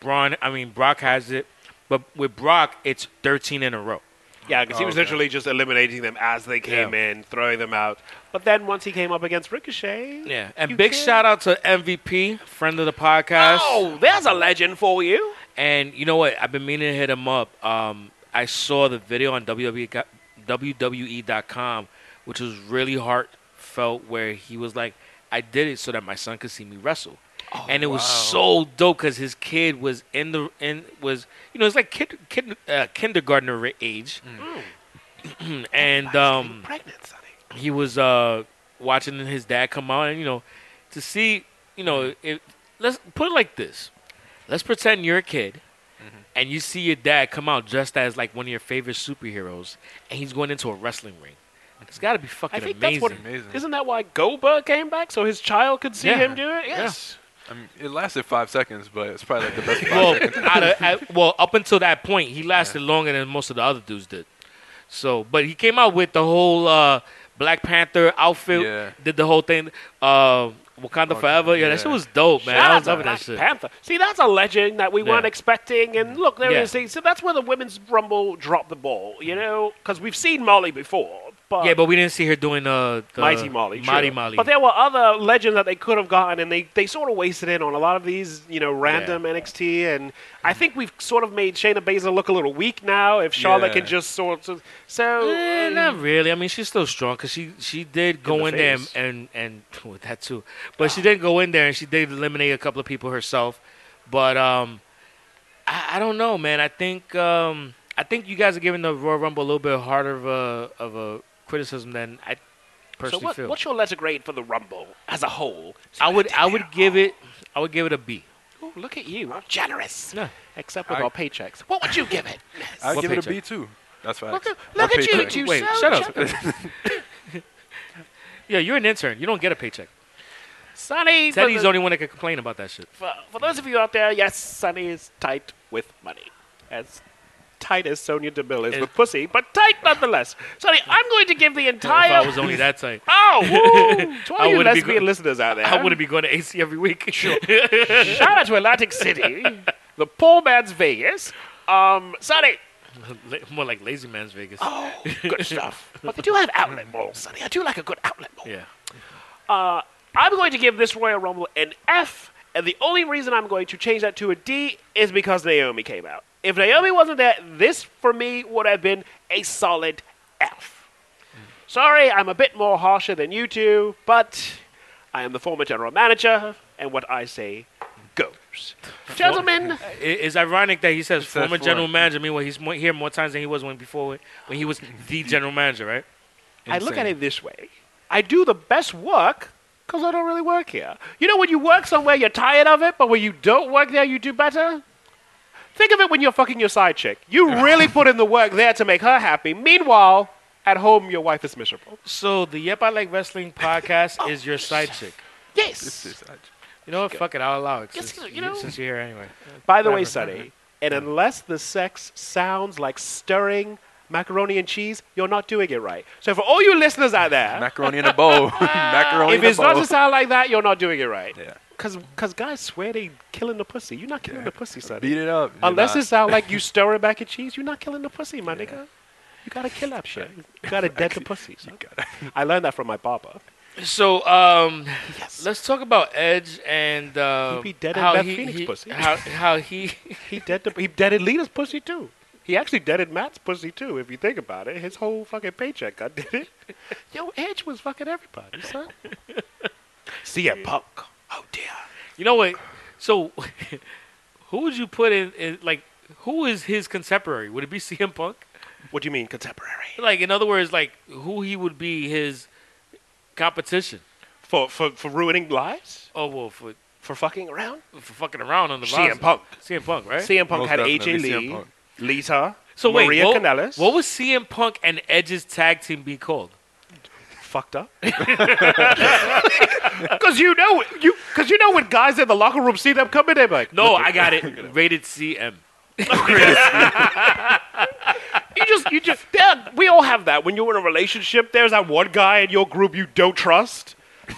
D: Braun, I mean Brock has it, but with Brock it's 13 in a row.
C: Yeah,
E: Yeah, because he was literally just eliminating them as they came
D: Yeah.
E: in, throwing them out.
C: But then once he came up against Ricochet.
D: Yeah, and
C: You
D: big
C: can't-
D: shout out to MVP, friend of the podcast.
C: Oh, there's a legend for you.
D: And you know what? I've been meaning to hit him up. Um, I saw the video on E WWE co- WWE.com, E which was really heartfelt, where he was like, I did it so that my son could see me wrestle. and it was so dope because his kid was in the in was you know it's like kid, kid uh, kindergartner ra- age, and um,
E: Pregnant, Sonny.
D: he was uh, watching his dad come out, and you know, to see, you know, if, let's put it like this: let's pretend you're a kid, and you see your dad come out dressed as like one of your favorite superheroes, and he's going into a wrestling ring. It's got to be fucking
C: I think
D: amazing.
C: that's what.
B: Amazing.
C: Isn't that why Goldberg came back so his child could see
D: Yeah.
C: him do it?
D: Yeah.
C: Yes.
B: I mean, it lasted five seconds, but it's probably like the best. five
D: well,
B: seconds.
D: out of, at- well, up until that point, he lasted longer than most of the other dudes did. So, but he came out with the whole uh, Black Panther outfit,
B: Yeah.
D: did the whole thing, uh, Wakanda Forever. Yeah, that shit
B: yeah.
D: was dope, man.
C: Shout
D: I
C: out
D: was
C: to
D: loving
C: Black
D: that shit.
C: Panther. See, that's a legend that we
D: Yeah.
C: weren't expecting. And look, there
D: Yeah.
C: is things. So that's where the women's rumble dropped the ball, you know, because we've seen Molly before. But
D: Yeah, but we didn't see her doing uh, the
C: Mighty Molly.
D: Mighty
C: true.
D: Molly.
C: But there were other legends that they could have gotten, and they, they sort of wasted in on a lot of these, you know, random NXT. And I think we've sort of made Shayna Baszler look a little weak now if Charlotte
B: Yeah.
C: can just sort of. So.
D: Eh,
C: um,
D: not really. I mean, she's still strong because she she did go
C: the
D: in there
C: face.
D: and and with that too. But she did go in there and she did eliminate a couple of people herself. But um, I, I don't know, man. I think um, I think you guys are giving the Royal Rumble a little bit harder of a of a criticism than I
C: so
D: personally
C: what,
D: feel.
C: what's your letter grade for the Rumble as a whole?
D: I would I would give it I would give it a B.
C: Oh, look at you. I'm generous.
D: No.
C: Except with
B: I-
C: our paychecks. What would you give it?
B: I
D: What
B: give it a B
D: paycheck?
B: too. That's right.
C: Look at- look at you two.
D: Wait,
C: so
D: shut up. yeah, you're an intern. You don't get a paycheck.
C: Sonny, for,
D: Teddy's
C: the-
D: the only one that can complain about that shit.
C: for, for those of you out there, yes, Sonny is tight with money. As tight as Sonia Deville is
D: It-
C: with pussy, but tight nonetheless.
F: Sonny, I'm going to give the
D: if
F: entire.
D: I was only that tight.
C: Oh, woo! to
D: I
C: all you
D: wouldn't be
C: lesbian
D: go-
C: listeners out there,
D: I wouldn't be going to AC every week. Sure.
F: Shout out to Atlantic City, the poor man's Vegas. Um, Sonny,
D: More like Lazy Man's Vegas.
F: good stuff. But they do have outlet malls, Sonny. I do like a good outlet mall.
D: Yeah.
F: I'm going to give this Royal Rumble an F, and the only reason I'm going to change that to a D is because Naomi came out. If Naomi wasn't there, this for me would have been a solid F. Sorry, I'm a bit more harsher than you two, but I am the former general manager, and what I say goes. Gentlemen,
D: It- It's ironic that he says
B: It's
D: former
B: F1.
D: general manager. Meanwhile, he's more, here more times than he was when before when he was the general manager, right?
C: I look at
B: Insane.
C: it this way.
F: I do the best work because I don't really work here. You know, when you work somewhere, you're tired of it, but when you don't work there, you do better? Think of it when you're fucking your side chick. You really put in the work there to make her happy. Meanwhile, at home, your wife is miserable.
D: So the Yep I Like Wrestling podcast is your side chick.
B: This
F: Yes.
B: is- uh, I-
D: You know what? Fuck it. I'll allow it.
F: Yes,
D: Since,
F: you
D: you
F: know.
D: since you're here anyway.
C: By the way,
D: Whatever.
C: Sonny, and unless the sex sounds like stirring macaroni and cheese, you're not doing it right. So for all you listeners out there,
B: Macaroni in a bowl. Macaroni
C: if
B: in a
C: it's
B: bowl.
C: not to sound like that, you're not doing it right.
B: Yeah.
C: Cause, Cause, guys swear they killing the pussy. You're not killing the pussy, Sonny.
B: Beat it up. You're
C: Unless
B: not-
C: it sound like you stirring mac and cheese, you're not killing the pussy, my nigga. You gotta kill that shit. You gotta dead the pussy. son. I learned that from my barber.
D: So um,
C: Yes.
D: let's talk about Edge and uh,
C: be dead in
D: how
C: Beth
D: he,
C: Phoenix
D: he-
C: pussy.
D: how how he
C: He dead the, he deaded Lita's pussy too. He actually deaded Matt's pussy too. If you think about it, his whole fucking paycheck got did it. Yo, Edge was fucking everybody, son. CM Punk. Oh dear.
D: You know what? So, who would you put in, in? Like, who is his contemporary? Would it be CM Punk?
C: What do you mean contemporary?
D: Like, in other words, like who he would be his competition?
C: For for for ruining lives?
D: Oh well, for,
C: For fucking around?
D: for fucking around on the
C: CM
D: roster.
C: Punk.
D: CM Punk, right?
C: CM Punk
B: Most
C: had AJ
B: definitely CM
C: Lee,
B: Punk.
C: Lita,
D: so wait,
C: Maria
D: what,
C: Kanellis.
D: what would CM Punk and Edge's tag team be called?
C: fucked up. Because you know, you because you know when guys in the locker room see them coming, they're like,
D: No, I got it. Rated CM.
C: you just, you just, yeah, we all have that. When you're in a relationship, there's that one guy in your group you don't trust.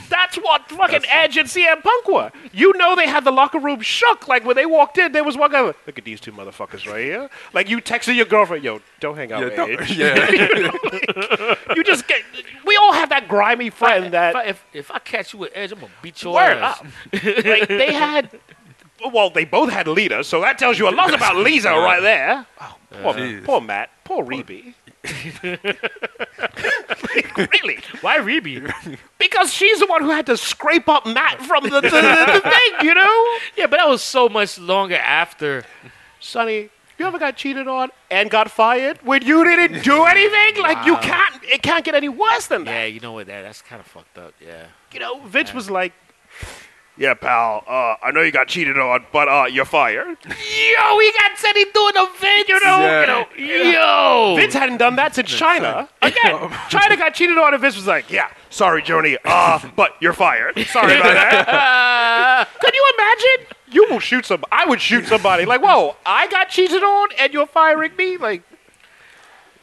C: That's what fucking Edge and CM Punk were. You know they had the locker room shook. Like when they walked in, there was one guy. Like, Look at these two motherfuckers right here. Like you texted your girlfriend, yo, don't hang out
B: Yeah,
C: with
B: don't-
C: Edge.
B: yeah.
C: You just get. We all have that grimy friend that
D: if, I, if, if I catch you with Edge, I'm gonna beat your
C: Word
D: ass.
C: up. like they had. Well, they both had Lita, so that tells you a lot about Lita right there. Oh, poor,
B: Jeez.
C: poor Matt, poor Reby. really?
D: Why Reby?
C: Because she's the one who had to scrape up Matt from the, the, the, the thing, you know?
D: yeah, but that was so much longer after.
C: Sonny, you ever got cheated on and got fired when you didn't do anything? Like you can't, it can't get any worse than that.
D: Yeah, you know what? That that's kind of fucked up. Yeah.
C: you know, Vince was like, "Yeah, pal. Uh, I know you got cheated on, but uh, you're fired."
D: Yo, he got said he doing a Vince. You know,
B: Yeah.
D: you know, yo.
C: Vince hadn't done that since China. Again, China got cheated on, and Vince was like, "Yeah, sorry, Joni. Uh, but you're fired. Sorry about that." Could you imagine? You will shoot some. I would shoot somebody. Like, whoa, I got cheated on, and you're firing me. Like,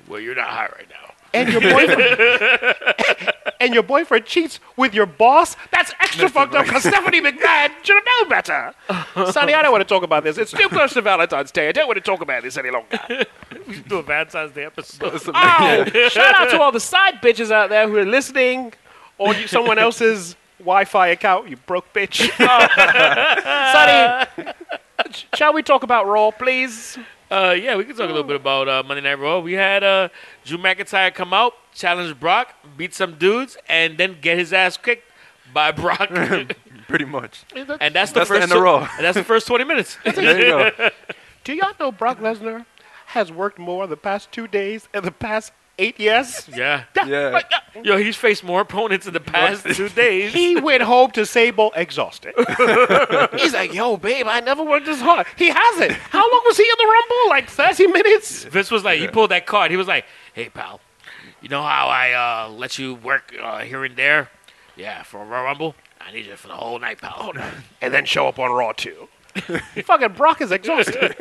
D: Well, you're not high right now.
C: and your boyfriend, and your boyfriend cheats with your boss. That's extra fucked up. Because Stephanie McMahon should have known better. Sonny, I don't want to talk about this. It's too close to Valentine's Day. I don't want to talk about this any longer.
D: We do a Valentine's Day episode.
B: It's a-
C: Oh, shout out to all the side bitches out there who are listening on you, someone else's Wi-Fi account. You broke bitch. Uh, Sonny, sh- shall we talk about Raw, please?
D: Uh, yeah, we can talk a little bit about uh, Monday Night Raw. We had uh, Drew McIntyre come out, challenge Brock, beat some dudes, and then get his ass kicked by Brock. and
B: Pretty much.
D: that's the
B: That's the
D: first
B: end of
D: tw-
B: Raw.
D: and that's the first twenty minutes.
B: There you go.
C: Do y'all know Brock Lesnar has worked more the past two days and the past eight years?
D: yeah.
B: Yeah.
C: like, uh,
D: Yo, he's faced more opponents in the past two days.
C: He went home to Sable exhausted. He's like, yo, babe, I never worked this hard. He hasn't. How long was he in the Rumble? Like 30 minutes?
D: Vince was like, he pulled that card. He was like, hey, pal, you know how I uh, let you work uh, here and there? Yeah, for a Royal Rumble? I need you for the whole night, pal.
C: And then show up on Raw, too. Fucking Brock is exhausted.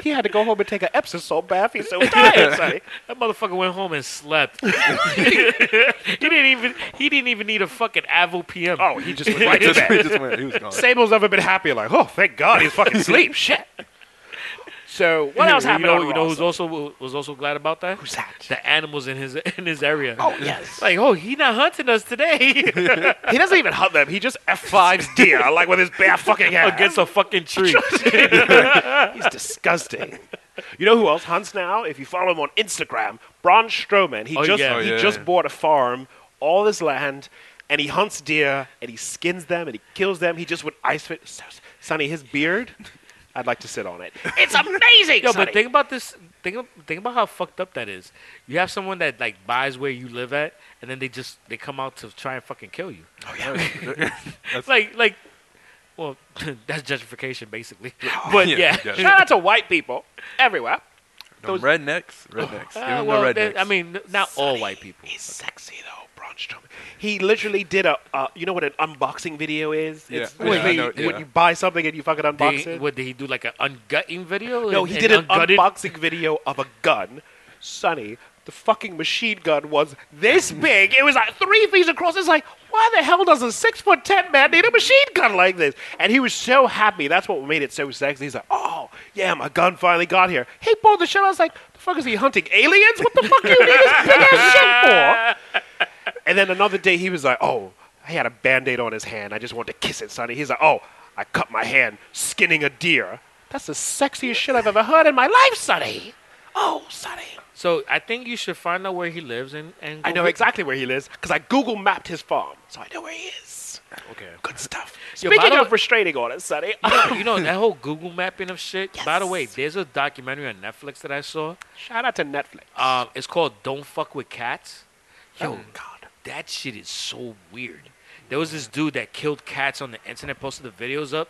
C: He had to go home and take an Epsom salt bath. He's so tired, Sonny.
D: That motherfucker went home and slept. he didn't even he didn't even need a fucking Avil PM.
C: Oh, he just went right to
B: just,
C: bed.
B: he just went. He was gone.
C: Sable's never been happier. Like, oh, thank God he's fucking asleep. Shit. So what else
D: you
C: happened?
D: Know,
C: on
D: Oh, you
C: Raw,
D: know who's
C: Sonny?
D: also was also glad about that?
C: Who's that?
D: The animals in his in his area.
C: Oh yes.
D: Like, oh, he not hunting us today
C: he doesn't even hunt them. He just f fives deer like with his bare fucking hand.
D: against a fucking tree.
C: He's disgusting. You know who else hunts now? If you follow him on Instagram, Braun Strowman. He
D: Oh,
C: just
D: yeah. Oh,
C: he
B: yeah,
C: just
B: yeah.
C: bought a farm, all this land, and he hunts deer and he skins them and he kills them. He just would ice fit. So- Sonny, his beard. I'd like to sit on it. It's amazing.
D: Yo,
C: Sonny.
D: but think about this. Think ab- think about how fucked up that is. You have someone that like buys where you live at, and then they just they come out to try and fucking kill you.
C: Oh,
D: It's like like, well, that's gentrification basically.
C: Oh,
D: But
B: Yeah,
D: yeah,
B: yeah.
C: Shout out to Ah, white people everywhere.
B: Them rednecks, rednecks. Give
C: Ah,
D: Uh,
B: him
D: well,
B: the rednecks.
D: they- I mean, n- not all white people.
C: He's sexy though, Braun Strowman. He literally did a. Uh, you know what an unboxing video is?
B: Yeah,
C: It's
B: yeah,
C: when,
B: I
C: they-
B: know,
C: when
B: yeah.
C: you buy something and you fucking unbox
D: They,
C: it.
D: what did he do? Like an ungutting video?
C: No,
D: And-
C: he
D: and
C: did an
D: ungutted?
C: unboxing video of a gun. Sonny, the fucking machine gun was this big. It was like three feet across. It's like, why the hell does a six foot ten man need a machine gun like this? And he was so happy. That's what made it so sexy. He's like, oh, yeah, my gun finally got here. He pulled the shit. I was like, the fuck is he hunting aliens? What the fuck do you need this big ass shit for? And then another day he was like, oh, he had a band aid on his hand. I just wanted to kiss it, Sonny. He's like, oh, I cut my hand skinning a deer. That's the sexiest shit I've ever heard in my life, Sonny. Oh, Sonny.
D: So I think you should find out where he lives and and.
C: I
D: go
C: know
D: vi-
C: exactly where he lives because I Google mapped his farm, so I know where he is.
B: okay.
C: Good stuff.
D: Yo, by
C: Speaking
D: the
C: of
D: way-
C: restraining orders, Sonny.
D: you know that whole Google mapping of shit. By the way, there's a documentary on Netflix that I saw.
C: Shout out to Netflix.
D: Um, it's called "Don't Fuck with Cats." Yo,
C: oh, God.
D: that shit is so weird. There was this dude that killed cats on the internet, posted the videos up,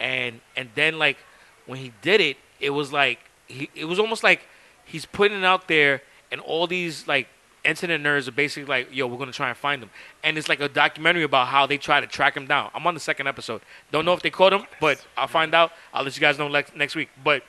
D: and and then like when he did it, it was like he it was almost like he's putting it out there, and all these like internet nerds are basically like, yo, we're gonna try and find him, and it's like a documentary about how they try to track him down. I'm on the second episode. Don't know if they caught him, but I'll find out. I'll let you guys know lex- next week. But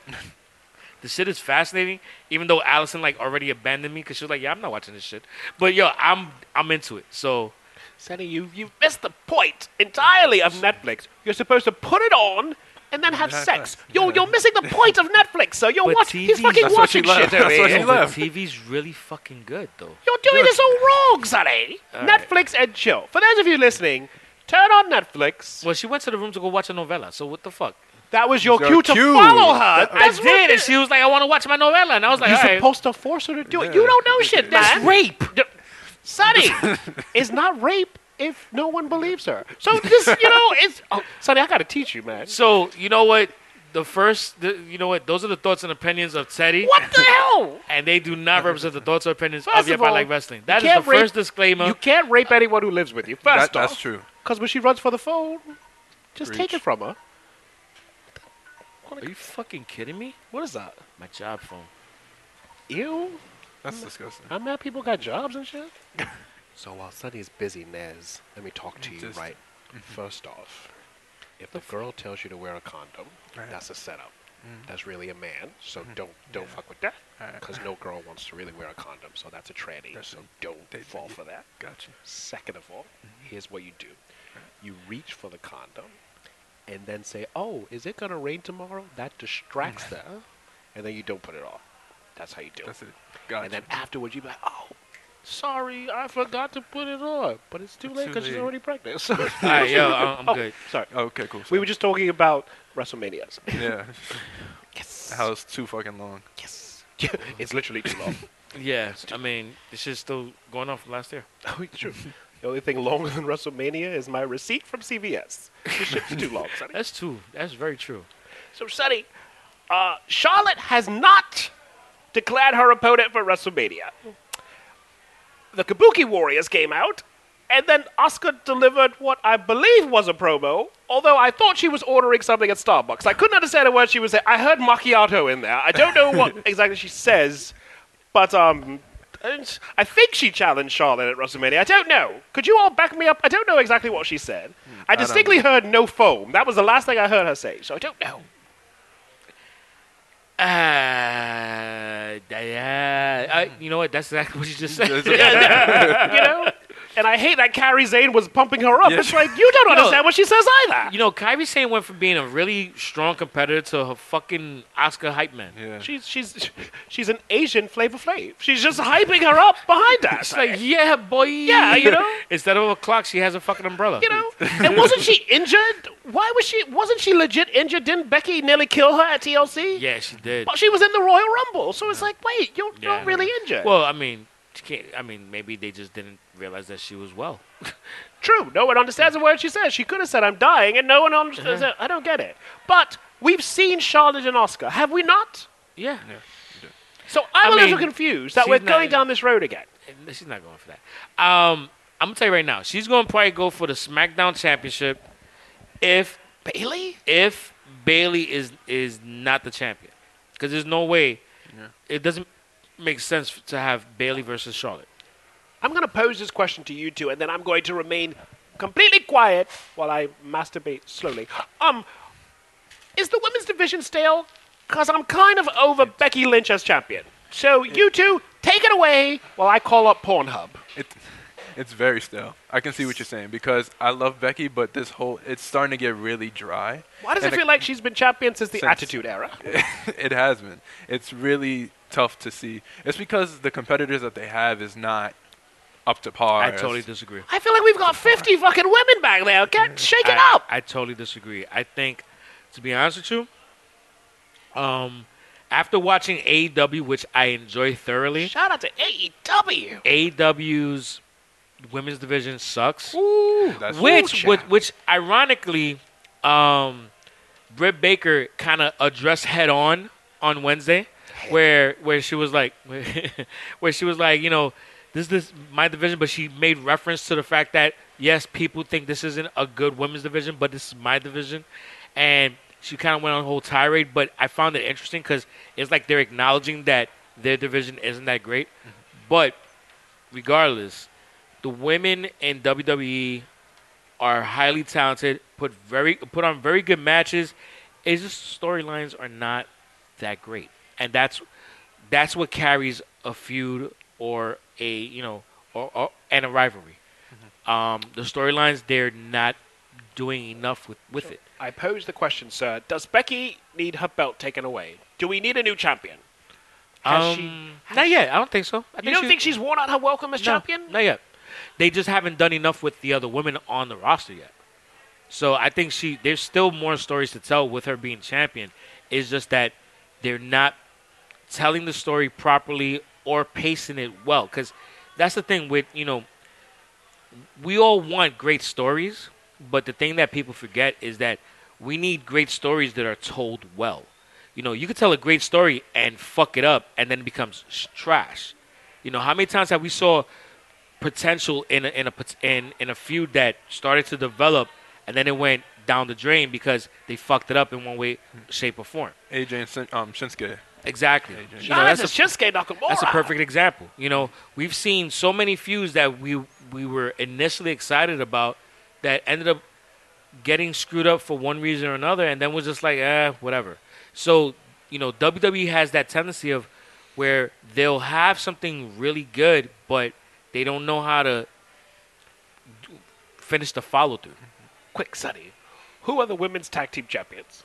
D: the shit is fascinating. Even though Allison like already abandoned me because she was like, "Yeah, I'm not watching this shit." But yo, I'm I'm into it. So
C: Sonny, you, you've missed the point entirely of Netflix. You're supposed to put it on and then have
B: Yeah,
C: sex.
B: yeah.
C: You're, you're missing the point of Netflix, so you're
D: But
C: watching. He's
D: TV
C: fucking
D: That's
B: what she
C: watching
B: left.
C: shit over
B: That's what
C: here.
B: she
D: Yo, but
B: left.
D: TV's really fucking good though.
C: You're doing this all wrong, Sonny. Netflix and chill. For those of you listening, turn on Netflix.
D: Well, she went to the room to go watch a novella. So what the fuck?
C: That was your
B: Your
C: cue to
B: cue.
C: follow her.
D: I
C: That's what
D: did, and she was like, "I want to watch my novella," and I was like,
C: You're
D: "All right."
C: supposed to force her to do it.
B: Yeah.
C: You don't know shit, man.
D: rape.
C: Sonny, it's not rape if no one believes her. So this, you know, it's oh, Sonny. I gotta teach you, man.
D: So you know what? The first, the, you know what? Those are the thoughts and opinions of Teddy.
C: What the hell?
D: And they do not represent the thoughts or opinions
C: First
D: of Yep
C: of
D: I
C: all,
D: Like Wrestling.
C: you
D: That is
C: can't
D: the
C: rape-
D: first disclaimer.
C: You can't rape anyone who lives with you. First
B: That,
C: off,
B: that's true.
C: Because when she runs for the phone, just take
B: Preach.
C: it from her.
D: Are you fucking kidding me?
C: What is that?
D: My job phone.
C: Ew.
B: That's disgusting.
C: I'm mad people got jobs and shit. so while Sonny's busy, Nez, let me talk to you
B: Just- Mm-hmm.
C: right. First off, if the girl tells you to wear a condom,
B: Right. Mm. Mm-hmm.
C: that's a setup. That's really a man, so don't don't fuck with that.
B: Alright.
C: Because no girl wants to really wear a condom, so that's a tranny.
B: That's
C: so
B: a-
C: don't
B: they-
C: fall for that.
B: Gotcha.
C: Second of all, here's what you do you reach for the condom and then say, Oh, is it going to rain tomorrow? That distracts them. And then you don't put it on. That's how you do
B: That's
C: it.
B: it. Gotcha.
C: And then afterwards, you'd be like, Oh, sorry, I forgot to put it on. But it's too late
B: too
C: because she's
B: late.
C: already pregnant. So
D: All right, yo, I'm, I'm
C: Oh,
D: good.
C: Sorry.
B: okay, cool.
C: We were just talking about WrestleManias.
B: yeah.
C: Yes.
B: How it's too fucking long.
C: Yes. it's literally too long.
D: Yeah, I mean, this shit's still going on from last year.
C: Oh, it's true. The only thing longer than WrestleMania is my receipt from CVS. This shit's too long, Sonny.
D: That's true. That's very true.
C: So, Sonny, uh, Charlotte has not declared her opponent for WrestleMania. The Kabuki Warriors came out, and then Oscar delivered what I believe was a promo. Although I thought she was ordering something at Starbucks, I couldn't understand a word she was saying. I heard macchiato in there. I don't know what exactly she says, but um. I think she challenged Charlotte at WrestleMania. I don't know. Could you all back me up? I don't know exactly what she said. I
B: don't
C: distinctly heard no foam. That was the last thing I heard her say, so I don't know.
D: Ah, uh, I, you know what? Mm. That's exactly what you just said.
C: you know? And I hate that Carrie Zane was pumping her up.
B: Yeah.
C: It's like, you don't
D: No.
C: understand what she says either.
D: you know, Kyrie Sane went from being a really strong competitor to her fucking Oscar hype man.
B: Yeah.
C: She's, she's, she's an Asian flavor flav. She's just hyping her up behind us.
D: It's like, yeah, boy.
C: Yeah, you know?
D: Instead of a clock, she has a fucking umbrella.
C: you know? And wasn't she injured? Why was she, wasn't she legit injured? Didn't Becky nearly kill her at TLC?
D: Yeah, she did.
C: But she was in the Royal Rumble, so it's like, wait, you're
D: Yeah.
C: not really injured.
D: Well, I mean, she can't. I mean, maybe they just didn't realize that she was well.
C: True. No one understands a word she says. She could have said, I'm dying, and no one understands
D: Uh-huh.
C: it. I don't get it. But we've seen Charlotte and Oscar, have we not?
D: Yeah,
C: So I'm
D: I
C: a little
D: mean,
C: confused that
D: she's
C: we're
D: not-
C: going down this road again.
D: And she's not going for that. Um, I'm gonna tell you right now, she's gonna probably go for the SmackDown Championship if
C: Bailey?
D: if Bailey is is not the champion, because there's no way. It doesn't make sense f- to have Bailey versus Charlotte.
C: I'm going to pose this question to you two, and then I'm going to remain completely quiet while I masturbate slowly. Um, is the women's division stale? Because I'm kind of over Becky Lynch as champion. So you two, take it away while I call up Pornhub.
B: It, it's very stale. I can see what you're saying because I love Becky, but this whole it's starting to get really dry.
C: Why does
B: And
C: it feel like she's been champion since the
B: Since-
C: Attitude Era?
B: it has been. It's really tough to see. It's because the competitors that they have is not up to par.
D: I
B: as-
D: totally disagree.
C: I feel like we've got 50 fucking women back there. Get, shake it
D: I,
C: up.
D: I totally disagree. I think, to be honest with you, um, after watching AEW, which I enjoy thoroughly,
C: Shout out to E AEW.
D: AEW's women's division sucks.
C: Ooh.
B: That's
D: which,
C: Ooh,
D: which,
C: child.
D: which, ironically, um, Britt Baker kind of addressed head on on Wednesday, where where she was like, where she was like, you know, this is my division, but she made reference to the fact that yes, people think this isn't a good women's division, but this is my division, and she kind of went on a whole tirade. But I found it interesting because it's like they're acknowledging that their division isn't that great, but regardless, the women in E WWE are highly talented, put very put on very good matches. It's just storylines are not that great, and that's that's what carries a feud or a you know or, or and a rivalry.
C: Mm-hmm.
D: Um, the storylines they're not doing enough with with it.
C: I pose the question, sir. Does Becky need her belt taken away? Do we need a new champion? Has she-
D: Um, not yet. I don't think so. I
C: You don't
D: she-
C: think she's worn out her welcome as
D: No,
C: champion?
D: Not yet. They just haven't done enough with the other women on the roster yet. So I think she there's still more stories to tell with her being champion. It's just that they're not telling the story properly or pacing it well. Because that's the thing with you know, we all want great stories, but the thing that people forget is that we need great stories that are told well. You know, you could tell a great story and fuck it up, and then it becomes s- trash. You know, how many times have we saw potential in a, in a pot- in in a feud that started to develop, and then it went down the drain because they fucked it up in one way, shape, or form.
B: AJ and Sin- um, Shinsuke.
D: Exactly. You know,
C: Shout out
D: that's
C: to
D: a-
C: Shinsuke Nakamura.
D: that's a perfect example. You know, we've seen so many feuds that we we were initially excited about that ended up getting screwed up for one reason or another, and then was just like, eh, whatever. So you know, WWE has that tendency of where they'll have something really good, but they don't know how to do- finish the follow through.
C: quick study. Who are the women's tag team champions?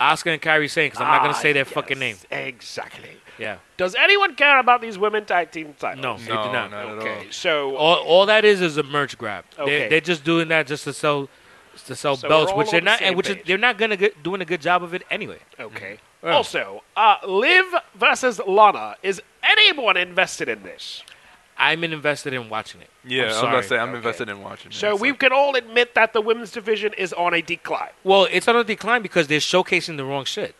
D: Oscar and Kyrie saying because I'm not gonna
C: Ah,
D: say their
C: yes,
D: fucking name.
C: Exactly.
D: Yeah,
C: Does anyone care about these women tag team titles?
D: no, Oh. they do
B: No,
D: not.
B: not at all.
C: Okay, so
D: All, all that is is a merch grab.
C: Okay.
D: They're, they're just doing that just to sell to sell
C: So
D: belts,
C: we're
D: which
C: all
D: they're
C: on the
D: not,
C: same
D: and which is,
C: page.
D: they're not gonna get doing a good job of it anyway.
C: Okay.
D: Yeah.
C: Also, uh, Liv versus Lana. Is anyone invested in this?
D: I'm invested in watching it.
B: Yeah,
D: I'm
B: I was
D: sorry.
B: about to say I'm invested in watching. it.
C: So
B: It's
C: we
B: like-
C: can all admit that the women's division is on a decline.
D: well, it's on a decline because they're showcasing the wrong shit.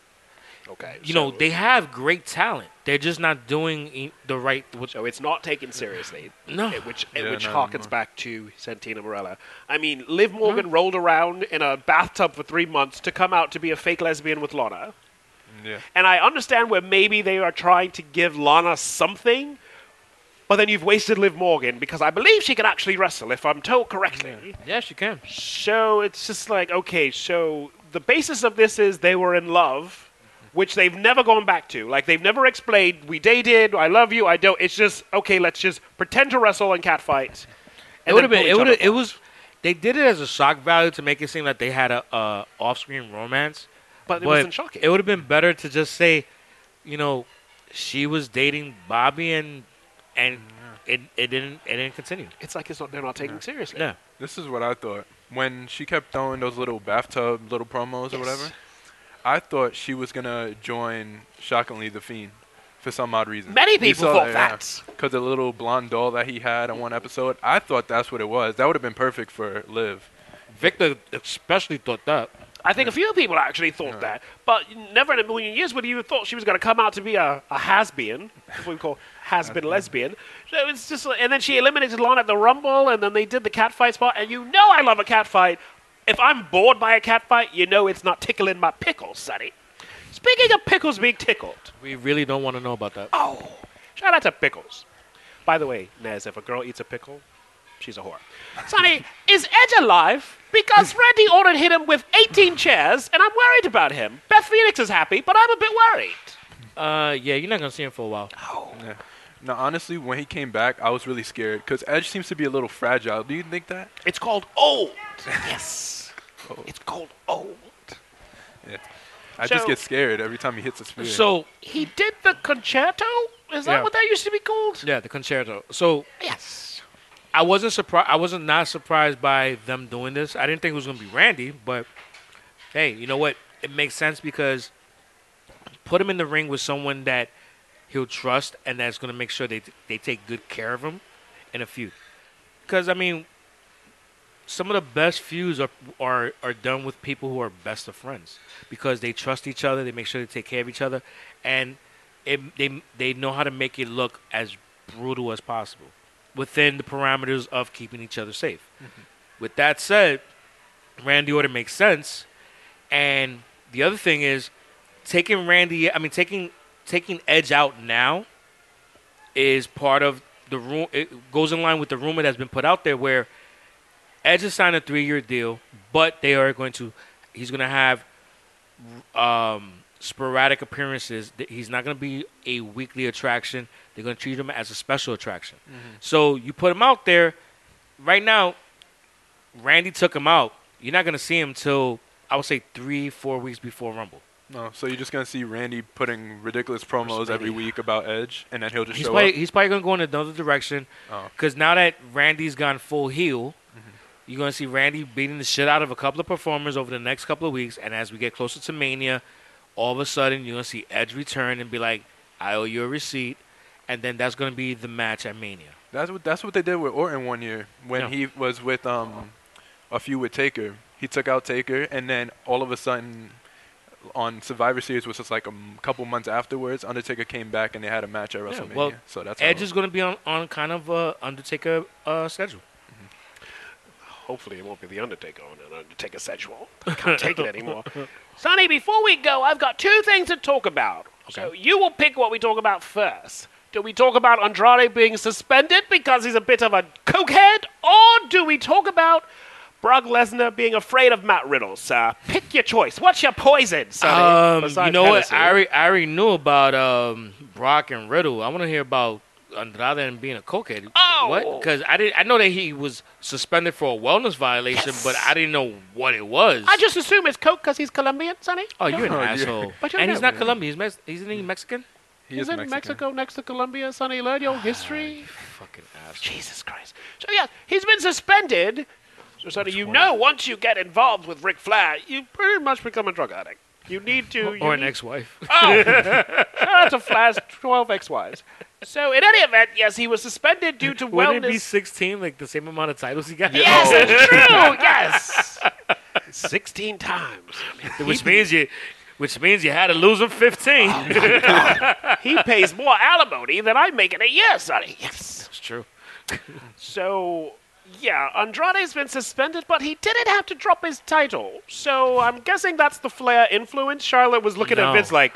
C: Okay.
D: You know, they have great talent. They're just not doing i- the right. What,
C: So it's not taken seriously.
D: No.
C: It- Which it
B: Yeah,
C: which
B: no,
C: harkens
B: no.
C: back to Santina Morella. I mean, Liv Morgan rolled around in a bathtub for three months to come out to be a fake lesbian with Lana.
B: Yeah.
C: And I understand where maybe they are trying to give Lana something, but then you've wasted Liv Morgan because I believe she can actually wrestle, if I'm told correctly.
D: yes, you can.
C: So it's just like, okay, so the basis of this is they were in love, which they've never gone back to. Like they've never explained we dated, I love you, I don't. It's just okay. Let's just pretend to wrestle and catfight.
D: It would have been. It would. It was. They did it as a shock value to make it seem like they had a, a off-screen romance,
C: But it wasn't shocking.
D: It would have been better to just say, you know, she was dating Bobby and and it, it didn't it didn't continue.
C: It's like it's not. They're not taking it seriously.
D: Yeah.
B: This is what I thought. When she kept throwing those little bathtub little promos or whatever, I thought she was gonna join shockingly the fiend for some odd reason.
C: Many people thought that.
B: because the little blonde doll that he had on one episode. I thought that's what it was. That would have been perfect for Liv.
D: Victor especially thought that.
C: I think a few people actually thought that, but never in a million years would you have thought she was going to come out to be a, a has-been, that's what we call has-been lesbian. So it's just, like- and then she eliminated Lana at the Rumble, and then they did the catfight spot, and you know I love a catfight. If I'm bored by a catfight, you know it's not tickling my pickles, sonny. Speaking of pickles being tickled,
D: We really don't want to know about that.
C: oh, shout out to pickles.
E: By the way, Nez, if a girl eats a pickle, she's a whore.
C: Sonny, is Edge alive? Because Randy Orton hit him with 18 chairs, and I'm worried about him. Beth Phoenix is happy, but I'm a bit worried.
D: Uh, yeah, you're not gonna see him for a while.
B: Yeah. Now, honestly, when he came back, I was really scared because Edge seems to be a little fragile. Do you think that?
C: It's called old. Yes.
D: Oh.
C: It's called old.
B: Yeah. I just
C: So-
B: get scared every time he hits a spear.
D: So
C: He did the concerto? Is that
D: Yeah.
C: what that used to be called?
D: yeah, the concerto. So
C: Yes.
D: I wasn't surprised. I wasn't not surprised by them doing this. I didn't think it was gonna be Randy, but hey, you know what? It makes sense because put him in the ring with someone that he'll trust and that's gonna make sure they they take good care of him in a feud. Because I mean, some of the best feuds are are are done with people who are best of friends because they trust each other. They make sure they take care of each other, and it, they they know how to make it look as brutal as possible within the parameters of keeping each other safe. With that said, Randy Orton makes sense, and the other thing is taking Randy. I mean, taking taking Edge out now is part of the room. It goes in line with the rumor that's been put out there where. Edge has signed a three-year deal, but they are going to. He's going to have um, sporadic appearances. Th- He's not going to be a weekly attraction. They're going to treat him as a special attraction. So you put him out there. Right now, Randy took him out. You're not going to see him till I would say three, four weeks before Rumble.
B: no, so you're just gonna see Randy putting ridiculous promos every week about Edge, and then he'll just
D: He's
B: show
D: probably,
B: up.
D: he's probably going to go in another direction
B: Oh. Mm-hmm.
D: because now that Randy's gone full heel, you're going to see Randy beating the shit out of a couple of performers over the next couple of weeks. And as we get closer to Mania, all of a sudden you're going to see Edge return and be like, I owe you a receipt. And then that's going to be the match at Mania.
B: That's what that's what they did with Orton one year when
D: Yeah.
B: he was with um a few with Taker. He took out Taker, and then all of a sudden on Survivor Series, which was like a m- couple months afterwards, Undertaker came back and they had a match at WrestleMania.
D: well,
B: so that's how-
D: Edge is going to be on, on kind of a Undertaker uh, schedule.
E: Hopefully, it won't be the Undertaker on an Undertaker sexual. I can't take it anymore.
C: Sonny, before we go, I've got two things to talk about. So you will pick what we talk about first. Do we talk about Andrade being suspended because he's a bit of a cokehead? Or do we talk about Brock Lesnar being afraid of Matt Riddle, sir? Pick your choice. What's your poison, Sonny?
D: Um, you
C: Besides
D: know what?
C: Hennessy.
D: I already, I already knew about um, Brock and Riddle. I want to hear about Andrade and being a cokehead.
C: Oh!
D: what? Because I didn't. I know that he was suspended for a wellness violation,
C: Yes.
D: but I didn't know what it was.
C: I just assume it's coke because he's Colombian, Sonny.
D: Oh, you're an
B: Oh, yeah.
D: asshole.
C: But you
D: and he's
C: know.
D: not Colombian. He's Mex- isn't he Mexican?
B: he is
C: Isn't
B: Mexican.
C: Mexico next to Colombia, Sonny? Learn your history.
D: Fucking asshole.
C: Jesus Christ. So, yeah, he's been suspended. So, Sonny, you know once you get involved with Ric Flair, you pretty much become a drug addict. You need to. you
D: Or an
C: need-
D: ex-wife.
C: Oh! Shout out to Flair's 12 XYs. So, in any event, yes, he was suspended due to
D: Wouldn't it be
C: wellness.
D: sixteen? Like the same amount of titles he got.
C: Yes, it's
D: Oh.
C: true. Yes. 16 times.
D: which means you, which means you had to lose him fifteen.
C: He pays more alimony than I make in a year, Sonny. Yes.
D: That's true.
C: So, yeah, Andrade's been suspended, but he didn't have to drop his title. So I'm guessing that's the Flair influence. Charlotte was looking
D: No.
C: at Vince like,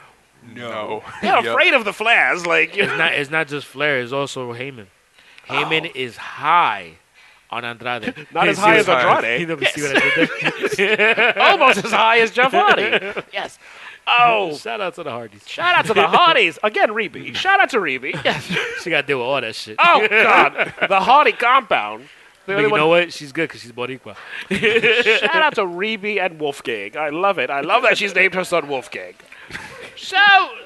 B: No,
C: they're
B: Yep.
C: afraid of the Flairs. Like,
D: It's not. It's not just Flair. It's also Heyman. Heyman is high on Andrade.
C: Oh. not as
B: he
C: high as
B: was high.
C: Andrade.
D: You know, you see what I did there?
C: Almost as high as Jeff Hardy. yes. Oh,
D: Shout out to the Hardys.
C: shout out to the Hardys. Again, Reby. Shout out to Reby.
D: she got to deal with all that shit.
C: Oh, God. The Hardy compound. The
D: but
C: only
D: you
C: one-
D: know what? She's good because she's Boricua.
C: Shout out to Reby and Wolfgang. I love it. I love that she's named her son Wolfgang. So,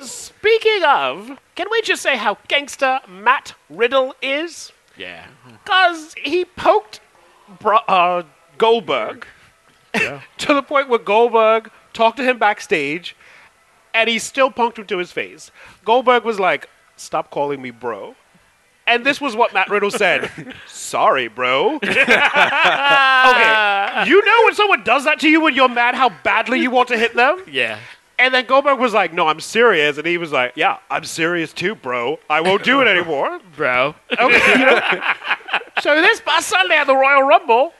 C: speaking of, can we just say how gangster Matt Riddle is?
D: Yeah.
C: Because he poked Bro- uh, Goldberg
D: Yeah.
C: to the point where Goldberg talked to him backstage and he still punked him to his face. Goldberg was like, Stop calling me bro. And this was what Matt Riddle said Sorry, bro. okay. You know when someone does that to you when you're mad how badly you want to hit them?
D: Yeah.
C: And then Goldberg was like, No, I'm serious. And he was like, Yeah, I'm serious too, bro. I won't do it anymore.
D: Bro.
C: Okay. you know. so this past Sunday at the Royal Rumble,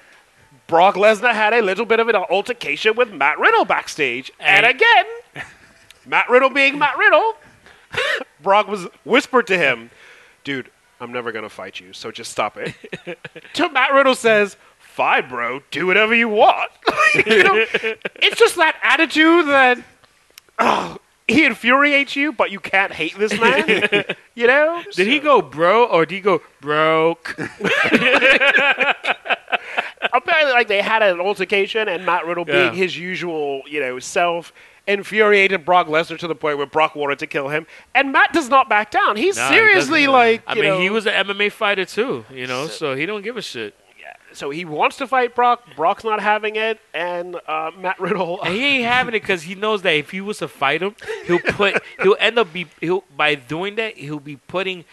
C: Brock Lesnar had a little bit of an altercation with Matt Riddle backstage, and again, Matt Riddle being Matt Riddle, Brock was whispered to him, "Dude, I'm never gonna fight you, so just stop it." to Matt Riddle says. Fine, bro. Do whatever you want. You know, it's just that attitude that ugh, he infuriates you, but you can't hate this man. you know?
D: Did he go bro or did he go broke?
C: apparently like they had an altercation and Matt Riddle
D: Yeah.
C: being his usual, you know, self infuriated Brock Lesnar to the point where Brock wanted to kill him and Matt does not back down. He's
D: Nah, he
C: seriously
D: doesn't.
C: like
D: I
C: you
D: mean, he
C: know,
D: was an MMA fighter too, you know, so, he don't give a shit.
C: so he wants to fight Brock, Brock's not having it and uh, Matt Riddle
D: And he ain't having it because he knows that if he was to fight him, he'll put he'll end up be he'll by doing that he'll be putting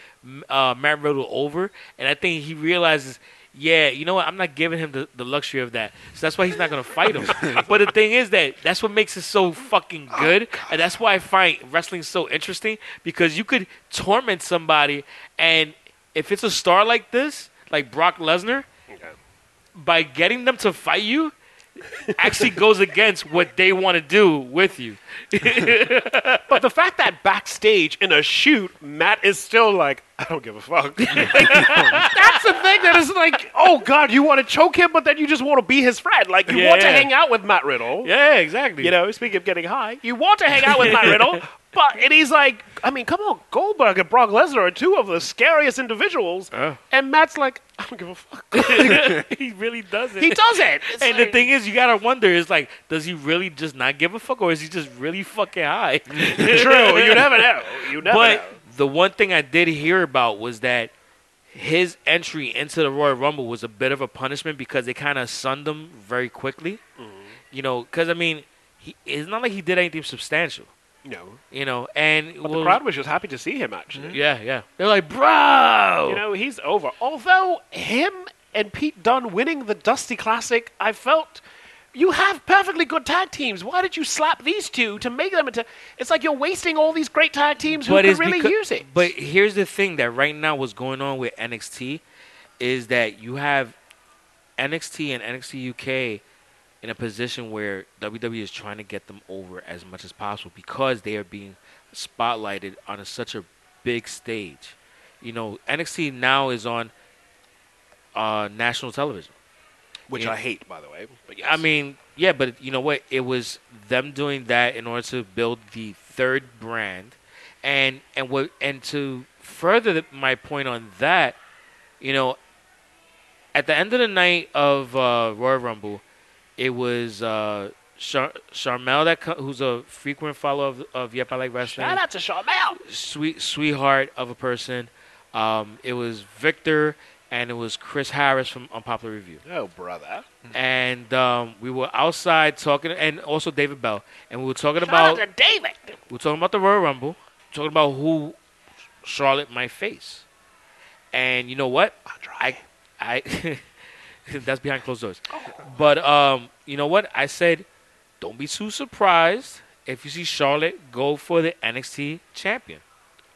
D: uh, Matt Riddle over, and I think he realizes. Yeah, you know what? I'm not giving him the, the luxury of that. So that's why he's not going to fight him. but the thing is that that's what makes it so fucking good. and that's why I find wrestling so interesting because you could torment somebody. And if it's a star like this, like Brock Lesnar, by getting them to fight you actually goes against what they want to do with you.
C: But the fact that backstage in a shoot, Matt is still like, I don't give a fuck. Like, that's the thing that is like, oh God, you want to choke him, but then you just want to be his friend. Like you want to
D: Yeah.
C: hang out with Matt Riddle.
D: Yeah, exactly.
C: You know, speaking of getting high, you want to hang out with Matt Riddle, but and he's like, I mean, come on, Goldberg and Brock Lesnar are two of the scariest individuals,
D: Oh.
C: and Matt's like, I don't give a fuck.
D: he really doesn't.
C: He does it. It's
D: and
C: like-
D: the thing is, you gotta wonder: is like, does he really just not give a fuck, or is he just really fucking high?
C: true. You never know. You never
D: but
C: know.
D: the one thing I did hear about was that his entry into the Royal Rumble was a bit of a punishment because they kind of sunned him very quickly.
C: Mm-hmm.
D: You know, because I mean, he, it's not like he did anything substantial.
C: No,
D: You know, and
C: but the crowd was just happy to see him actually.
D: yeah, yeah, they're like, bro,
C: You know, he's over. Although him and Pete Dunne winning the Dusty Classic, I felt you have perfectly good tag teams. Why did you slap these two to make them into? It's like you're wasting all these great tag teams who could
D: it's
C: really
D: becau-
C: use it.
D: But here's the thing that right now what's going on with NXT is that you have NXT and NXT UK in a position where WWE is trying to get them over as much as possible because they are being spotlighted on a, such a big stage. You know, NXT now is on uh, national television.
E: Which
D: Yeah.
E: I hate, by the way. But yes.
D: I mean, yeah, but you know what? It was them doing that in order to build the third brand, and and what and to further the, my point on that, you know, at the end of the night of uh, Royal Rumble, it was uh, Char- Charmel that co- who's a frequent follower of, of Yep I Like Wrestling
C: shout out to Charmel.
D: sweet sweetheart of a person. Um, it was Victor and it was Chris Harris from Unpopular Review.
E: oh, brother.
D: And um, we were outside talking, and also David Bell, and we were talking
C: Shout
D: about
C: out to David.
D: we were talking about the Royal Rumble, talking about who Charlotte might face. And you know what? I I that's behind closed doors. But um, you know what? I said, don't be too surprised if you see Charlotte go for the NXT champion,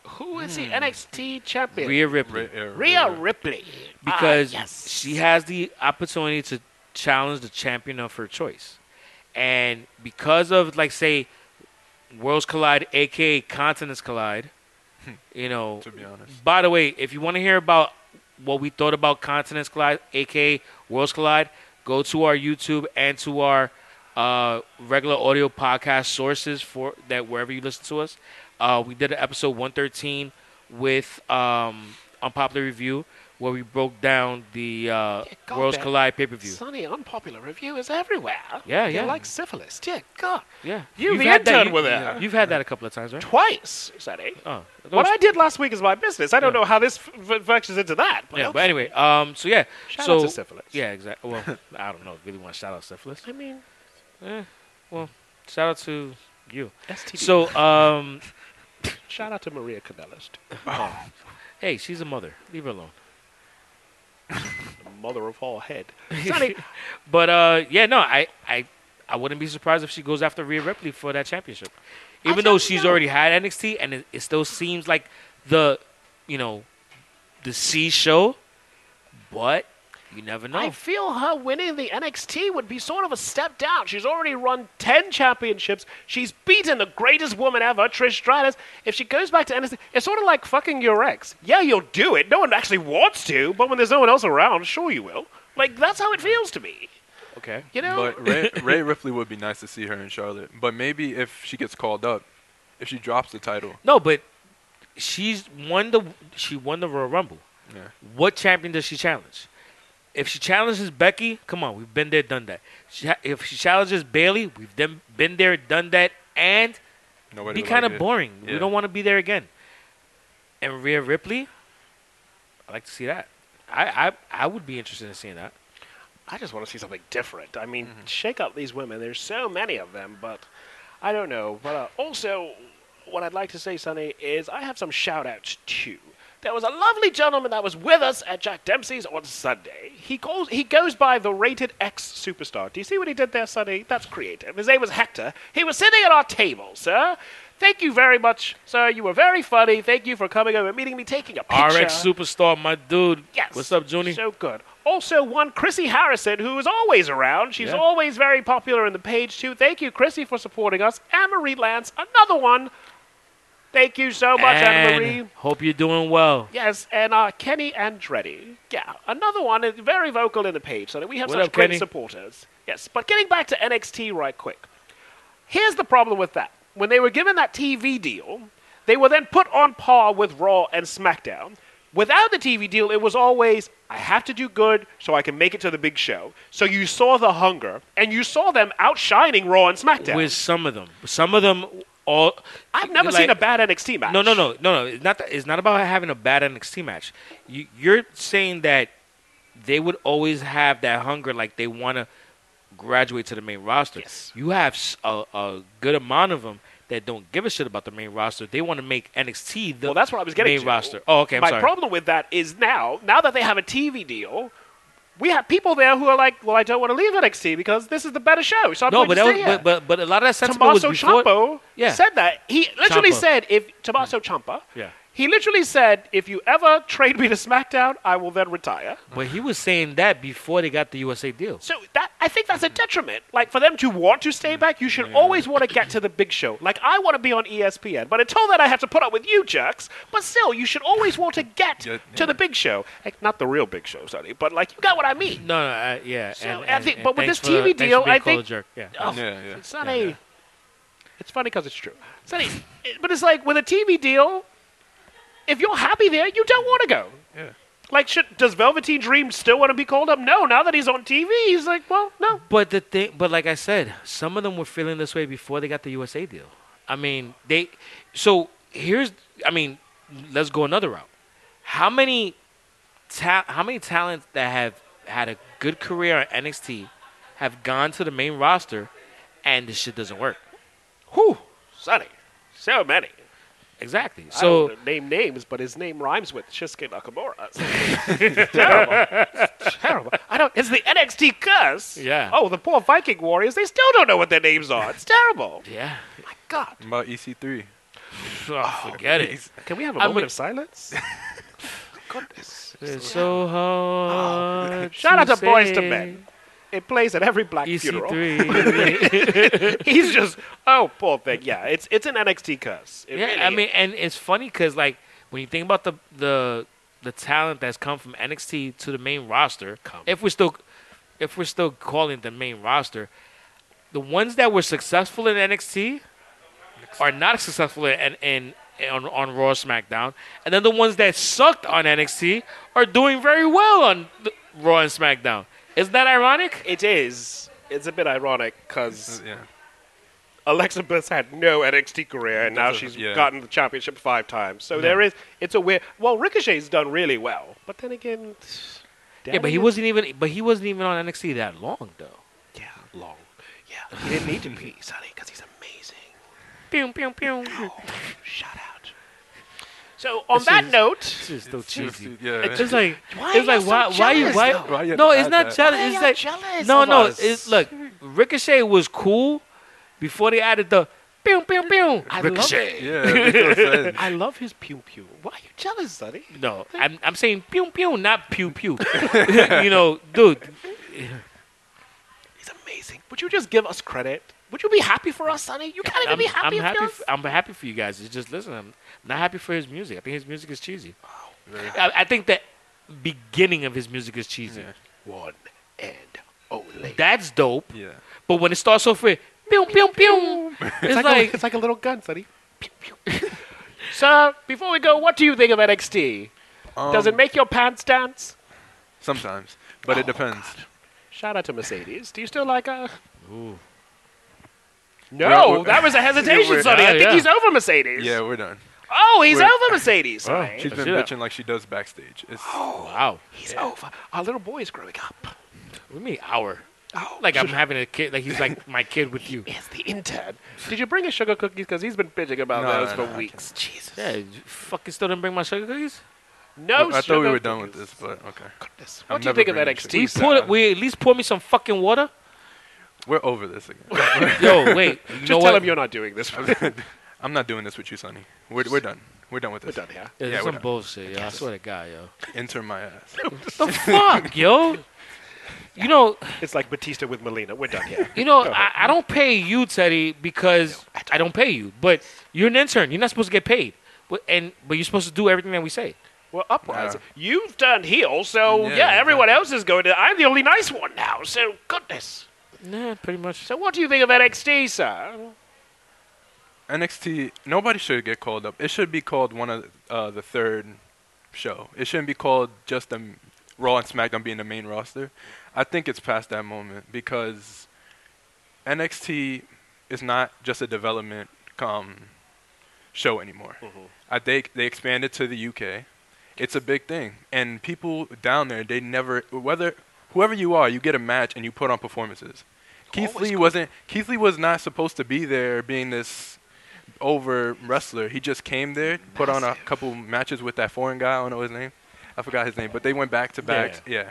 C: Who is the NXT champion? Rhea,
D: Hmm. Rhea Ripley.
C: Ripley. Ah,
D: because
C: yes.
D: she has the opportunity to challenge the champion of her choice. And because of like say Worlds Collide aka Continents Collide, you know,
B: To be honest.
D: by the way, if you want to hear about what we thought about Continents Collide aka Worlds Collide, go to our YouTube and to our uh, regular audio podcast sources for that wherever you listen to us. Uh, we did an episode 113 with um, Unpopular Review where we broke down the uh,
C: God,
D: Worlds
C: Ben.
D: Collide pay per view.
C: Sonny, unpopular review is everywhere.
D: Yeah,
C: You're
D: yeah.
C: like syphilis. Dear God.
D: Yeah,
C: You, the
D: had
C: intern
D: you-
C: with her.
D: You've had that a couple of times, right?
C: Twice, Sonny.
D: Oh,
C: What I did last week is my business. I don't know how this f- f- functions into that. But
D: yeah,
C: okay.
D: but anyway, um, so yeah,
C: Shout
D: so
C: out to syphilis.
D: yeah, exactly. Well, I don't know. Really want to shout out syphilis.
C: I mean,
D: Shout out to you.
C: STD.
D: So, um,
C: shout out to Maria Canellis,
D: hey, she's a mother. Leave her alone.
C: the mother of all head. Sonny,
D: But uh, yeah, no, I, I, I wouldn't be surprised if she goes after Rhea Ripley for that championship, even though
C: don't
D: she's
C: know.
D: already had NXT, and it, it still seems like the, you know, the C show. But you never know.
C: I feel her winning the NXT would be sort of a step down. She's already run 10 championships. She's beaten the greatest woman ever, Trish Stratus. If she goes back to NXT, it's sort of like fucking your ex. Yeah, you'll do it. No one actually wants to, but when there's no one else around, sure you will. Like, that's how it feels to me.
D: okay.
C: You know?
B: But Ray, Ray Ripley would be nice to see her in Charlotte. But maybe if she gets called up, if she drops the title,
D: No, but she's won the she won the Royal Rumble.
B: Yeah.
D: What champion does she challenge? If she challenges Becky, come on, we've been there, done that. She, ha- if she challenges Bailey, we've then been there, done that, and
B: nobody.
D: be
B: would
D: kind of
B: like it.
D: boring. We
B: Yeah.
D: don't want to be there again. And Rhea Ripley, I like to see that. I I, I would be interested in seeing that.
C: I just want to see something different. I mean, shake up these women. There's so many of them, but I don't know. But uh, also, what I'd like to say, Sonny, is I have some shout outs too. There was a lovely gentleman that was with us at Jack Dempsey's on Sunday. He calls he goes by the rated X superstar. Do you see what he did there, Sonny? That's creative. His name was Hector. He was sitting at our table, sir. Thank you very much, sir. You were very funny. Thank you for coming over, meeting me, taking a picture.
D: RX superstar, my dude.
C: Yes.
D: What's up, Junie?
C: So good. Also, one Chrissy Harrison, who is always around. She's
D: Yeah.
C: always very popular in the page, too. Thank you, Chrissy, for supporting us. Anne Marie Lance, another one. Thank you so much, Anne Marie.
D: and hope you're doing well.
C: Yes, and uh, Kenny Andretti. Yeah, another one, uh, very vocal in the page, so that we have
D: What
C: such
D: up,
C: great
D: Kenny?
C: supporters. Yes, but getting back to NXT right quick. Here's the problem with that. When they were given that TV deal, they were then put on par with Raw and SmackDown. Without the TV deal, it was always, I have to do good so I can make it to the big show. So you saw the hunger, and you saw them outshining Raw and SmackDown.
D: With some of them, some of them all.
C: I've never
D: like-
C: seen a bad NXT match.
D: No, no, no, no, no. It's not. That, it's not about having a bad NXT match. You, you're saying that they would always have that hunger, like they want to graduate to the main roster.
C: Yes.
D: You have s- a, a good amount of them that don't give a shit about the main roster. They want to make NXT the
C: well, that's what I was getting
D: main
C: to.
D: roster. Oh, okay. I'm
C: My
D: sorry.
C: problem with that is now, now that they have a TV deal, we have people there who are like, "Well, I don't want to leave NXT because this is the better show." So I'm
D: no,
C: going
D: but,
C: to
D: that
C: stay
D: was,
C: here."
D: but but but a lot of that sentiment was
C: Tommaso
D: before.
C: Ciampa
D: Yeah.
C: said that. He literally
D: Ciampa.
C: said, "If Tommaso Ciampa,
D: Yeah.
C: he literally said, if you ever trade me to SmackDown, I will then retire."
D: But he was saying that before they got the USA deal.
C: So that I think that's a detriment. Like for them to want to stay back, you should always want to get to the big show. Like I want to be on E ESPN, but until then I have to put up with you jerks. But still, you should always want to get
B: Yeah,
C: to
B: yeah.
C: the big show. Like, not the real big show, Sonny, but like you got what I mean.
D: No, no, I, yeah.
C: So,
D: and,
C: I
D: and-
C: think-
D: and
C: but with
D: thanks
C: this
D: for-
C: TV
D: thanks for
C: deal,
D: being
C: I
D: called
C: think-
D: a jerk. Yeah.
C: Oh,
B: Yeah, yeah.
C: Sonny.
D: Yeah, yeah.
C: It's funny because it's true. Sonny, it- but it's like with a TV deal, if you're happy there, you don't want to go.
B: Yeah.
C: Like, should, does Velveteen Dream still want to be called up? No, now that he's on TV, he's like, well, no.
D: But the thing, but like I said, some of them were feeling this way before they got the USA deal. I mean, they. So here's, I mean, let's go another route. How many, ta- how many talents that have had a good career at NXT have gone to the main roster, and this shit doesn't work?
C: Whew, Sonny, so many.
D: Exactly.
C: I don't
D: So
C: wanna name names, but his name rhymes with Shinsuke Nakamura. It's terrible. It's terrible. I don't. It's the NXT curse.
D: Yeah.
C: Oh, the poor Viking warriors. They still don't know what their names are. It's terrible.
D: yeah,
C: My God.
B: What About E EC3.
D: oh, forget it.
C: Can we have a
D: I
C: moment
D: mean-
C: of silence? Goodness.
D: It's so hard.
C: Oh, Shout out to Boys to
D: say E
C: Men. It plays at every black funeral.
D: EC3.
C: He's just oh poor thing. Yeah, it's it's an NXT curse. It
D: yeah,
C: really
D: I
C: is.
D: mean, and it's funny because like when you think about the the the talent that's come from NXT to the main roster, if we're still if we're still calling it the main roster, the ones that were successful in NXT are not successful in, in, in on, on Raw SmackDown, and then the ones that sucked on NXT are doing very well on the, Raw and SmackDown. Isn't that ironic?
C: It is. It's a bit ironic because
B: Yeah.
C: Alexa Bliss had no NXT career, and now
B: Doesn't-
C: she's
B: yeah.
C: gotten the championship five times. So there is. It's a weird. Well, Ricochet's done really well, but then again,
D: Yeah, but he
C: Daniel-
D: wasn't even but he wasn't even on NXT that long though.
C: Yeah, long. Yeah, he didn't need to be, Sonny, because he's amazing.
D: Pew, pew, pew.
C: Shout out. So on that
D: is-
C: note,
D: This is so cheesy.
B: Yeah.
D: It's like
C: Why
D: it's
C: are
D: like
C: you
D: why
C: so
D: why you
C: jealous,
D: why,
C: though?
B: Why you
D: no
B: have to
D: it's not
B: add that?
D: jealous
C: Why
D: it's
C: y'all
D: like
C: jealous
D: no
C: of
D: no
C: us?
D: it's look Ricochet was cool before they added the pew pew pew
C: I love-
D: Ricochet
B: yeah. that's what I'm saying.
C: I love his pew pew. Why are you jealous, Sonny?
D: no I'm I'm saying pew pew not pew pew you know dude
C: He's amazing. Would you just give us credit? Would you be happy for us, Sonny? You can't even
D: I'm,
C: be happy for
D: I'm happy.
C: us.
D: f- I'm happy for you guys. It's just listen. I'm not happy for his music. I think his music is cheesy. I, I think the beginning of his music is cheesy.
C: One and only.
D: That's dope.
B: Yeah.
D: But when it starts off with pew pew pew, it's
C: It's like, a,
D: like
C: it's like a little gun, Sonny. Pew, pew. Sir, before we go, what do you think of NXT? Does
B: Um,
C: it make your pants dance?
B: Sometimes, but it depends.
C: Shout out to Mercedes. Do you still like her?
D: Ooh.
B: We're-
C: No,
B: we're-
C: that was a hesitation,
B: we're-
C: Sonny. I
D: yeah,
C: think
D: yeah.
C: he's over Mercedes.
B: Yeah, we're done.
C: Oh, he's
B: we're-
C: over Mercedes.
D: Wow.
C: Sonny.
B: She's
D: Let's
B: been
D: do that.
B: bitching like she does backstage. It's,
D: Oh, wow.
C: He's over. Our little boy is growing up.
D: What do you mean hour?
C: Oh,
D: Like I'm having a kid. Like he's like my kid with you.
C: Yes, the intern. Did you bring his sugar cookies? Because he's been bitching about
B: No,
C: those
B: no,
C: for
B: no, I
C: weeks. Jesus.
D: Yeah. You fucking still didn't bring my sugar cookies.
C: No.
B: I thought we
C: sugar
B: were done with
C: cookies.
B: this, but okay.
C: Goodness.
B: I'm
C: What do you
B: never
C: think of
B: bringing
D: We
C: NXT?
B: sugar.
D: pour.
B: Lisa.
D: We at least pour me some fucking water.
B: We're over this again.
D: Yo, wait. You
C: Just tell
D: know what?
C: him you're not doing this. We're
B: I'm not doing this with you, Sonny. We're, we're done. We're done with this.
C: done here.
D: Yeah, this
B: Yeah,
D: is
B: we're
D: some
B: done.
D: bullshit, yo. I swear to God, yo.
B: Enter my ass.
D: the fuck, yo? You know,
C: It's like Batista with Melina. We're done here.
D: you know, I, I don't pay you, Teddy, because I don't pay you. But you're an intern. You're not supposed to get paid. But and but you're supposed to do everything that we say.
C: Well, uprising.
B: Nah.
C: You've turned heel, so yeah,
B: Yeah,
C: everyone else is going to. I'm the only nice one now, so goodness.
D: Nah, pretty much.
C: So, what do you think of NXT, sir?
B: NXT. Nobody should get called up. It should be called one of uh, the third show. It shouldn't be called just the Raw and SmackDown being the main roster. I think it's past that moment because NXT is not just a development um, show anymore. I think they expanded to the UK. It's a big thing, and people down there they never whether whoever you are, you get a match and you put on performances. Keith Lee wasn't. Keith Lee was not supposed to be there, being this over wrestler. He just came there, put on a couple matches with that foreign guy. I don't know his name. I forgot his name, but they went back to back. Yeah,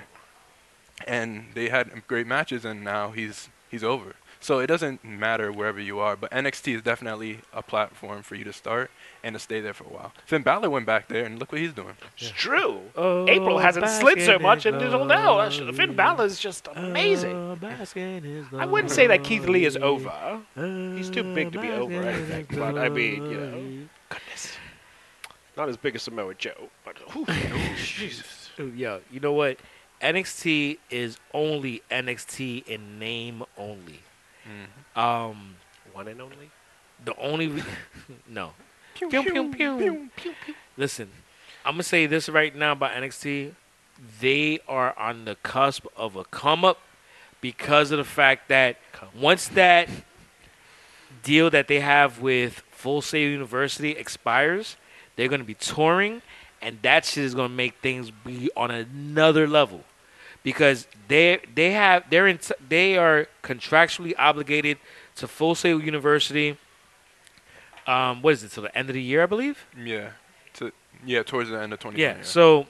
B: and they had great matches, and now he's he's over. So it doesn't matter wherever you are, but NXT is definitely a platform for you to start and to stay there for a while. Finn Balor went back there, and look what he's doing.
C: It's true.
D: Oh,
C: April hasn't
D: back
C: slid so
D: in
C: much,
D: his
C: and it'll know. Uh, Finn Balor's just amazing.
D: Oh,
C: I wouldn't say that Keith Lee is over. He's too big to be over anything, but I mean, you know, goodness. Not as big as Samoa Joe, but whew, Jesus.
D: Dude, Oh, Yo, you know what? NXT is only NXT in name only.
C: Mm-hmm.
D: Um,
C: One and only.
D: the only re- no. Pew, pew, pew, Listen, I'm gonna say this right now about NXT. They are on the cusp of a come up because of the fact that once that deal that they have with Full Sail University expires, they're gonna be touring, and that shit is gonna make things be on another level because they they have they're in, they are contractually obligated to Full Sail University. Um, what is it till the end of the year, I believe?
B: Yeah, to yeah towards the end of 2020.
D: Yeah. So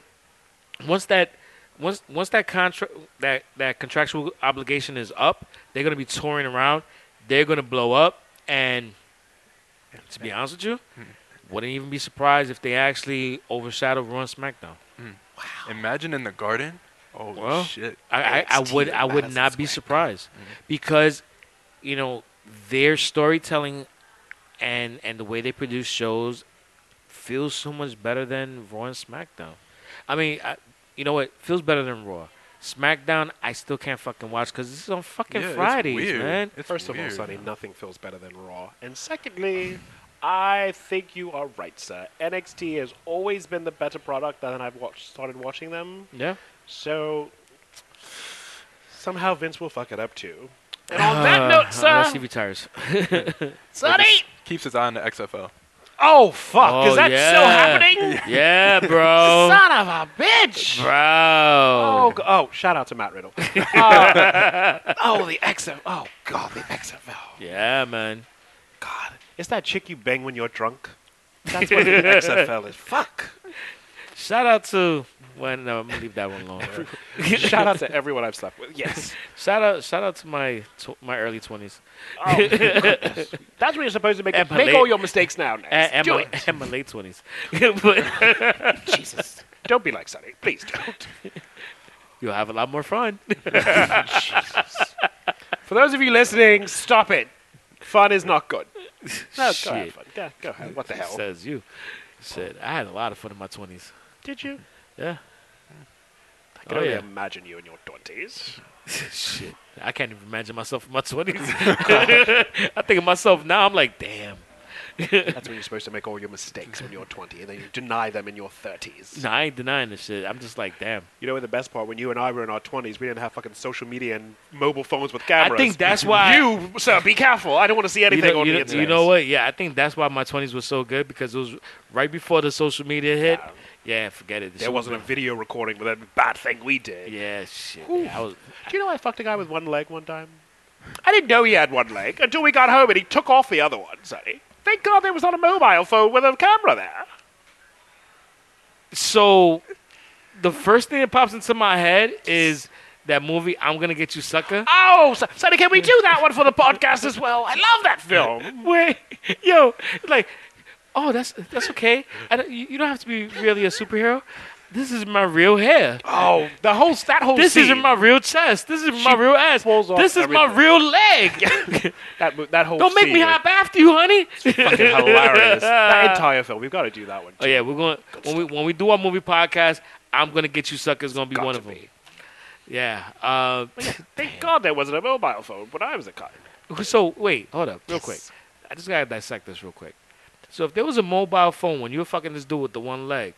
D: once that once once that contract that that contractual obligation is up, they're gonna be touring around. They're gonna blow up, and to be honest with you, wouldn't even be surprised if they actually overshadow Raw and SmackDown.
B: Imagine in the garden. Oh
D: Well,
B: shit.
D: I, I, I would I would not be surprised
B: Mm-hmm.
D: because you know their storytelling and and the way they produce shows feels so much better than Raw and SmackDown. I mean, I, you know what feels better than Raw. SmackDown, I still can't fucking watch because this is on fucking
B: Yeah, it's
D: Fridays,
B: weird.
D: man.
B: It's
E: First of all,
B: weird.
E: Sonny, nothing feels better than Raw.
C: And secondly, I think you are right, sir. NXT has always been the better product than I've watched, started watching them.
D: Yeah.
C: So
E: Somehow Vince will fuck it up too.
C: And on that note,
D: Unless he
C: sir,
D: retires.
C: Sonny.
B: Keeps his eye on the XFL.
C: Oh fuck!
D: Oh,
C: is that still
D: yeah.
C: happening?
D: yeah, bro.
C: Son of a bitch! Oh,
D: Bro.
C: g- oh, shout out to Matt Riddle. Uh, oh, the XFL. Oh god, the XFL.
D: Yeah, man.
E: God,
C: It's that chick you bang when you're drunk.
E: that's what the XFL is. Fuck.
D: Shout out to. Well, no, I'm gonna leave that one alone.
E: Shout out to everyone I've slept with. Yes.
D: shout out, shout out to my tw- my early twenties
C: That's what you're supposed to make.
D: And
C: Make
D: Malay-
C: all your mistakes now. Next.
D: and, and
C: Do
D: my,
C: it.
D: and my late twenties. You'll
C: Jesus. Don't be like Sonny. Please don't.
D: have a lot more fun.
C: For those of you listening, stop it. Fun is not good. No, go have
D: Shit.
C: fun. Go, go have. What the hell?
D: Says you. Shit, I had a lot of fun in my twenties.
C: Did you?
D: Yeah.
C: I can
D: Oh,
C: only
D: yeah.
C: imagine you in your twenties.
D: Shit. I can't even imagine myself in my twenties. I think of myself now. I'm like, damn.
E: That's when you're supposed to make all your mistakes when you're 20, and then you deny them in your 30s.
D: No, I ain't denying this shit. I'm just like, damn.
E: You know what the best part? When you and I were in our 20s, we didn't have fucking social media and mobile phones with
D: I
E: cameras.
D: think that's why.
E: You, sir, be careful. I don't want to see
D: you
E: anything
D: know,
E: on
D: you
E: the
D: know-
E: internet.
D: you know what? Yeah, I think that's why my 20s was so good because it was right before the social media hit. Yeah, forget it. The
E: There
D: social
E: wasn't a video recording, but that bad thing we did.
D: Yeah, shit.
E: Oof.
D: I was,
E: Do you know I fucked a guy with one leg one time? I didn't know he had one leg until we got home and he took off the other one, Sonny.
C: Thank God there was not a mobile phone with a camera there.
D: so the first thing that pops into my head is that movie I'm gonna get you sucker.
C: Oh, so- Sonny, can we do that one for the podcast as well? I love that film.
D: Wait, yo, like, oh, that's that's okay. I don't, you you don't have to be really a superhero. This is my real hair.
C: Oh, the whole that whole
D: This
C: scene.
D: isn't my real chest. This is my real ass.
C: pulls off
D: This is my
C: everything.
D: real leg.
C: that mo- that whole
D: Don't make me
C: scene
D: hop after you, honey.
C: was fucking hilarious. that entire film. We've got to do that one.
D: Oh yeah, we're going when we when we do our movie podcast. I'm gonna get you suckers. Gonna be
C: Got
D: one
C: to
D: of
C: be.
D: them. Yeah. Uh,
C: Thank God there wasn't a mobile phone when I was a kid.
D: so wait, hold up, real quick. I just gotta dissect this real quick. So if there was a mobile phone when you were fucking this dude with the one leg,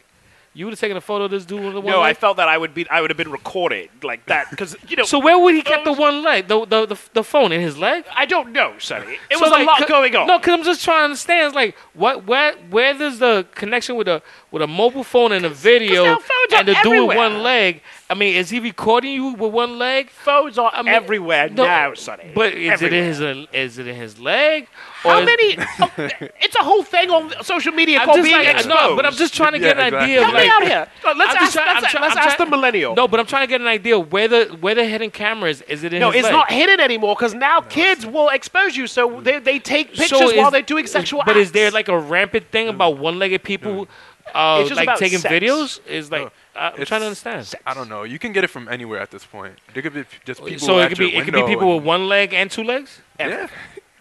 D: you would have taken a photo of this dude with the one
C: No, I
D: leg.
C: felt that I would be I would have been recorded like that because you know.
D: so where would he kept the one leg, the the the, the phone in his leg?
C: I don't know, Sonny. It
D: So,
C: was
D: like,
C: a lot
D: c-
C: going on.
D: No, because I'm just trying to understand, like, what, where, where does the connection with a with a mobile phone and a video
C: now phones
D: and
C: are
D: the dude with
C: everywhere.
D: one leg? I mean, is he recording you with one leg?
C: phones are
D: mean,
C: everywhere
D: no,
C: now, Sonny.
D: But is
C: Everywhere.
D: it in his uh, is it in his leg? Or
C: How
D: is-
C: many? oh, it's a whole thing on social media
D: I'm
C: called
D: just
C: being
D: like,
C: exposed.
D: no, but I'm just trying to
B: Yeah,
D: get an
B: exactly.
D: idea.
C: Help
D: of, like,
C: me out here. No, let's
D: I'm
C: ask,
D: just try- I'm
C: let's,
D: try-
C: let's
D: I'm
C: ask
D: try-
C: the millennial.
D: No, but I'm trying to get an idea where the where the hidden camera is. Is it in
C: No,
D: his
C: it's
D: leg?
C: not hidden anymore because now kids will expose you. So they, they take pictures
D: So
C: while
D: is-
C: they're doing sexual
D: But
C: acts. Mm.
D: is there like a rampant thing about one-legged people uh,
C: It's just
D: like
C: about
D: taking
C: sex.
D: videos? Is like uh, I'm
B: It's-
D: trying to understand.
B: I don't know. You can get it from anywhere at this point. There could be p- just people.
D: Oh, so it
B: at
D: could
B: your
D: be it could be
B: window
D: people with
B: and-
D: one leg and two legs.
B: Yeah.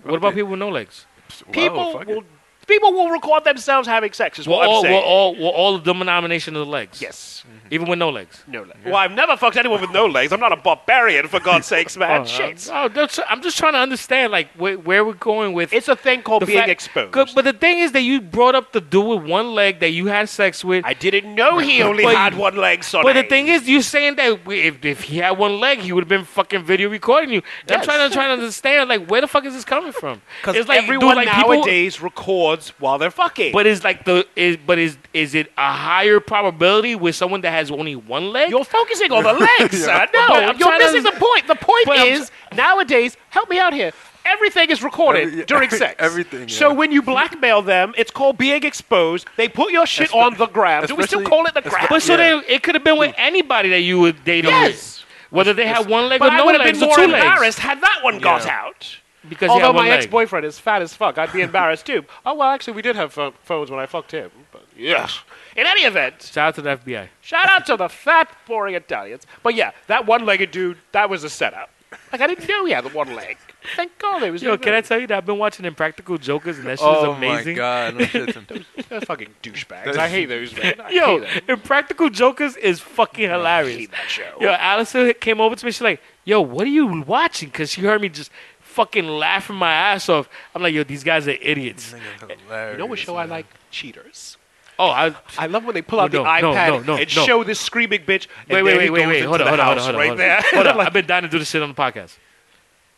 D: What about people with no legs?
B: Wow,
C: people
B: fuck it.
C: will people will record themselves having sex? Is
D: Well,
C: what I'm
D: all,
C: saying.
D: well, all, Mm-hmm. well, all the denomination of the legs.
C: yes,
D: Even with no legs.
C: no legs. Well, I've never fucked anyone with no legs. I'm not a barbarian, for God's sakes, man.
D: Oh,
C: Shit,
D: oh, that's- I'm just trying to understand like where, where we're going with
C: it's a thing called
D: the
C: being
D: fact-
C: exposed.
D: Good, but the thing is that you brought up the dude with one leg that you had sex with.
C: I didn't know he only
D: But-
C: had one leg, Sonny.
D: but the thing is, you're saying that we- if, if he had one leg, he would have been fucking video recording you. I'm
C: Yes.
D: trying to trying to understand like where the fuck is this coming from?
C: because
D: It's like, dude,
C: everyone
D: like, people-
C: nowadays records while they're fucking.
D: But is like the is but is is it a higher probability with someone that has only one leg?
C: You're focusing on the legs, sir. No,
D: But I'm
C: you're
D: trying to-
C: missing the point. The point
D: But I'm
C: is, nowadays, help me out here. Everything is recorded
B: Every- yeah,
C: during
B: every-
C: sex.
B: everything,
C: So
B: yeah.
C: when you blackmail them, it's called being exposed. They put your shit on the gram. Do we still
B: especially-
C: call it the gram?
D: but so they, it could have been with anybody that you would date
C: Yes.
D: with, whether they had one leg
C: but
D: or
C: I
D: no
C: would have been
D: legs or
C: more
D: two legs.
C: embarrassed had that one got out.
D: because he had
C: Although
D: one
C: my
D: leg.
C: ex-boyfriend is fat as fuck, I'd be embarrassed too. Oh well, actually, we did have pho- phones when I fucked him. But yes. In any event,
D: Shout out to the FBI.
C: Shout out to the fat, boring Italians. But yeah, that one legged dude, that was a setup. Like, I didn't know he had the one leg. Thank God it was.
D: Yo,
C: no
D: can I
C: good.
D: tell you that I've been watching Impractical Jokers and that shit
B: oh
D: is amazing.
B: my god, that shit's intense.
C: They're fucking douchebags. I hate those men. I
D: Yo,
C: hate them.
D: Impractical Jokers is fucking
C: I
D: hilarious.
C: hate that show.
D: Yo, Allison came over to me. She's like, "Yo, what are you watching?" Because she heard me just fucking laughing my ass off. I'm like, "Yo, these guys are idiots."
B: Hilarious,
E: You know what show I
B: man.
E: like? Cheaters.
D: Oh, I,
E: I love when they pull out
D: Oh, No,
E: the
D: no, no,
E: iPad
D: no, no,
E: and
D: no.
E: show this screaming bitch. and there
D: wait, wait,
E: he
D: wait, wait,
E: goes
D: wait.
E: into
D: Hold on,
E: the
D: hold on, hold on,
E: house
D: hold on.
E: right
D: hold on.
E: there.
D: Hold on. I've been dying to do this shit on the podcast.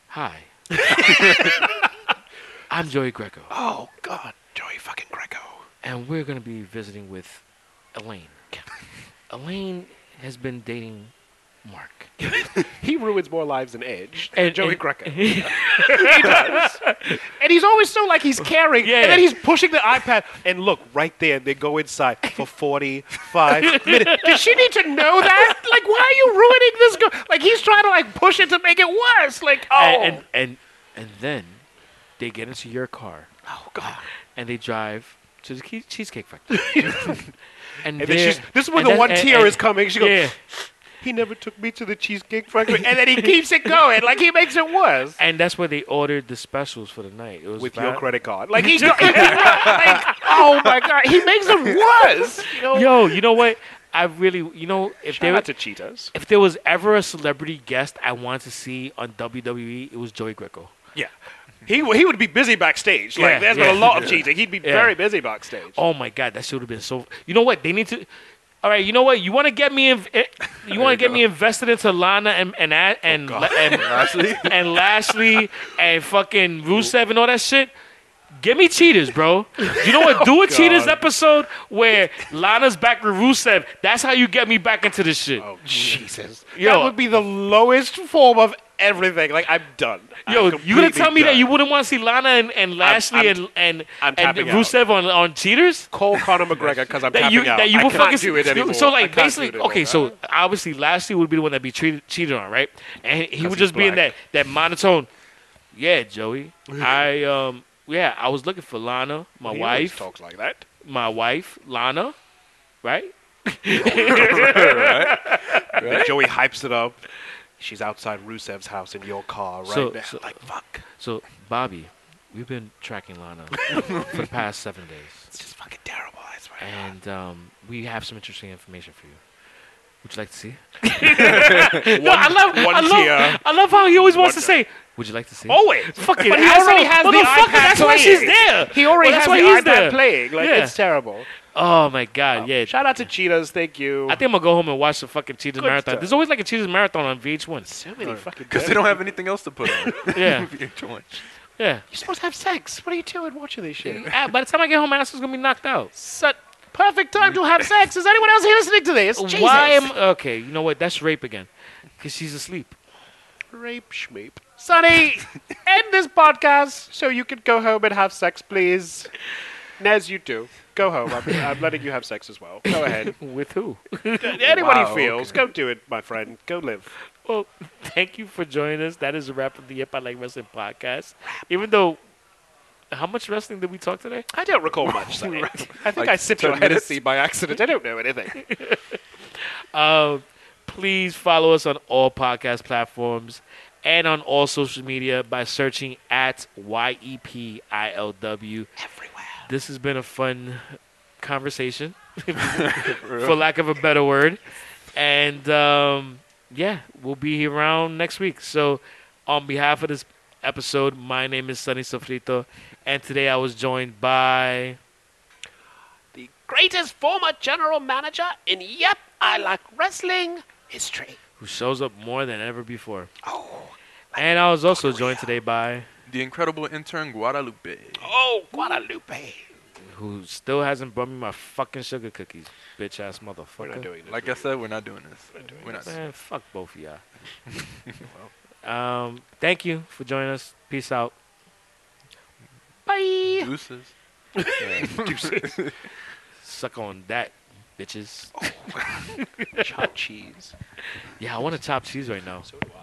D: Hi, I'm Joey Greco,
E: Oh God, Joey fucking Greco.
D: and we're gonna be visiting with Elaine. Elaine has been dating Mark.
E: He ruins more lives than Edge.
D: And-
E: Joey
D: and-
E: Greco. he does. And he's always so like he's caring.
D: Yeah.
E: And then he's pushing the iPad. And look, right there, they go inside for 45 minutes.
C: Does she need to know that? Like, why are you ruining this girl? Like, he's trying to like push it to make it worse. Like, oh,
D: And, and and and then they get into your car
E: Oh God.
D: and they drive to the Ke- Cheesecake Factory. and
E: And then
D: there-
E: she's, this is when
D: and
E: the
D: that-
E: one
D: and-
E: tear
D: and-
E: is coming. She goes,
D: Yeah,
E: he never took me to the Cheesecake Factory.
C: and then he keeps it going. Like, he makes it worse.
D: and that's where they ordered the specials for the night. It was
E: With
D: val-
E: your credit card.
C: Like, he's go- like, oh my god, he makes it worse. You know,
D: Yo, you know what? I really, you know, if
E: Shout
D: there
E: out to Cheetahs.
D: if there was ever a celebrity guest I wanted to see on WWE, it was Joey Greco.
E: Yeah. He, w- he would be busy backstage. Like,
D: Yeah,
E: there's
D: yeah.
E: been a lot of cheating. He'd be
D: Yeah.
E: very busy backstage.
D: Oh my God, that should have been so. You know what? They need to. All right, you know what? You want to get me, in, eh, you want to get me invested into Lana and and and and, and,
B: Lashley?
D: and Lashley and fucking Rusev and all that shit. Give me cheaters, bro. You know what? Do a cheaters episode where Lana's back with Rusev. That's how you get me back into this shit.
E: Oh,
C: Oh,
E: Jesus.
D: Yo.
E: That would be the lowest form of everything. Like, I'm done.
D: Yo,
E: I'm
D: you gonna
E: completely
D: tell me that
E: done.
D: you wouldn't want to see Lana and, and Lashley
E: I'm-
D: and
E: I'm
D: and and
E: tapping out.
D: Rusev on, on cheaters?
E: call Conor McGregor because I'm
D: That
E: tapping
D: you
E: out.
D: that you
E: I
D: will
E: cannot
D: fucking
E: do it
D: so-
E: anymore.
D: So
E: I
D: like
E: can't do it
D: basically,
E: anymore.
D: okay, so obviously Lashley would be the one that be treated, cheated on, right? And he would just be in that
E: black.
D: that monotone. Yeah, Joey. I um yeah, I was looking for Lana, my
E: He always
D: wife,
E: talks like that.
D: my wife Lana, right?
E: And then Joey hypes it up. She's outside Rusev's house in your car right
D: So-
E: now.
D: so-
E: like fuck,
D: So Bobby, we've been tracking Lana for the past seven days,
E: it's just fucking terrible. I swear.
D: and um, we have some interesting information for you. Would you like to see? it?
E: One-
D: I love,
E: one
D: I love,
E: tear.
D: I love how he always wants to say, "Would you like to see?" it?"
E: Always.
D: fucking.
C: But he already has
D: asshole.
C: the
D: Motherfucker,
C: iPad
D: That's why
C: playing.
D: she's there.
C: he already
D: Well, that's
C: has
D: why
C: the
D: he's
C: iPad
D: there.
C: playing. Like,
D: Yeah.
C: it's terrible.
D: Oh my god, yeah.
C: Shout out to Cheetahs. Thank you.
D: I think I'm gonna go home and watch the fucking Cheetahs
C: Good
D: marathon.
C: stuff.
D: There's always like a Cheetahs marathon on VH1.
C: so many fucking.
B: Because they don't have anything else to put on.
D: Yeah,
B: VH1.
D: yeah.
C: You're supposed to have sex. What are you doing watching this shit?
D: Ah, By the time I get home, my ass is gonna be knocked out.
C: Such perfect time to have sex. Is anyone else here listening to this? Jesus.
D: Why am okay? You know what? That's rape again, because she's asleep.
E: Rape schmeep.
C: Sonny, end this podcast so you can go home and have sex, please. Nez, you do. Go home. I'm, I'm letting you have sex as well. Go ahead.
D: With who?
C: Anyone
B: Wow,
C: who feels, go do it, my friend. Go live.
D: Well, thank you for joining us. That is a wrap of the Yep I Like Wrestling podcast. Even though, how much wrestling did we talk today?
C: I don't recall much. Sonny. I think
B: Like
C: I sipped your
B: 10 minutes.
C: Hennessy by accident. I don't know anything.
D: Um, please follow us on all podcast platforms and on all social media by searching at E YEPILW. Everywhere. This has been a fun conversation, for lack of a better word. And um, yeah, we'll be around next week. So, on behalf of this episode, my name is Sunny Sofrito. And today I was joined by.
C: The greatest former general manager in Yep, I Like Wrestling history.
D: who shows up more than ever before. Oh. And I was also joined today by
B: The incredible intern Guadalupe.
C: Oh, Guadalupe.
D: who still hasn't brought me my fucking sugar cookies, bitch ass motherfucker.
E: We're not doing this.
B: Like I said, we're not doing this. We're not.
D: Man, fuck both of y'all. um, thank you for joining us. Peace out.
C: Bye.
B: Deuces.
D: Suck on that, bitches.
E: Oh. Chopped cheese.
D: Yeah, I want to chop cheese right now.
E: So do I.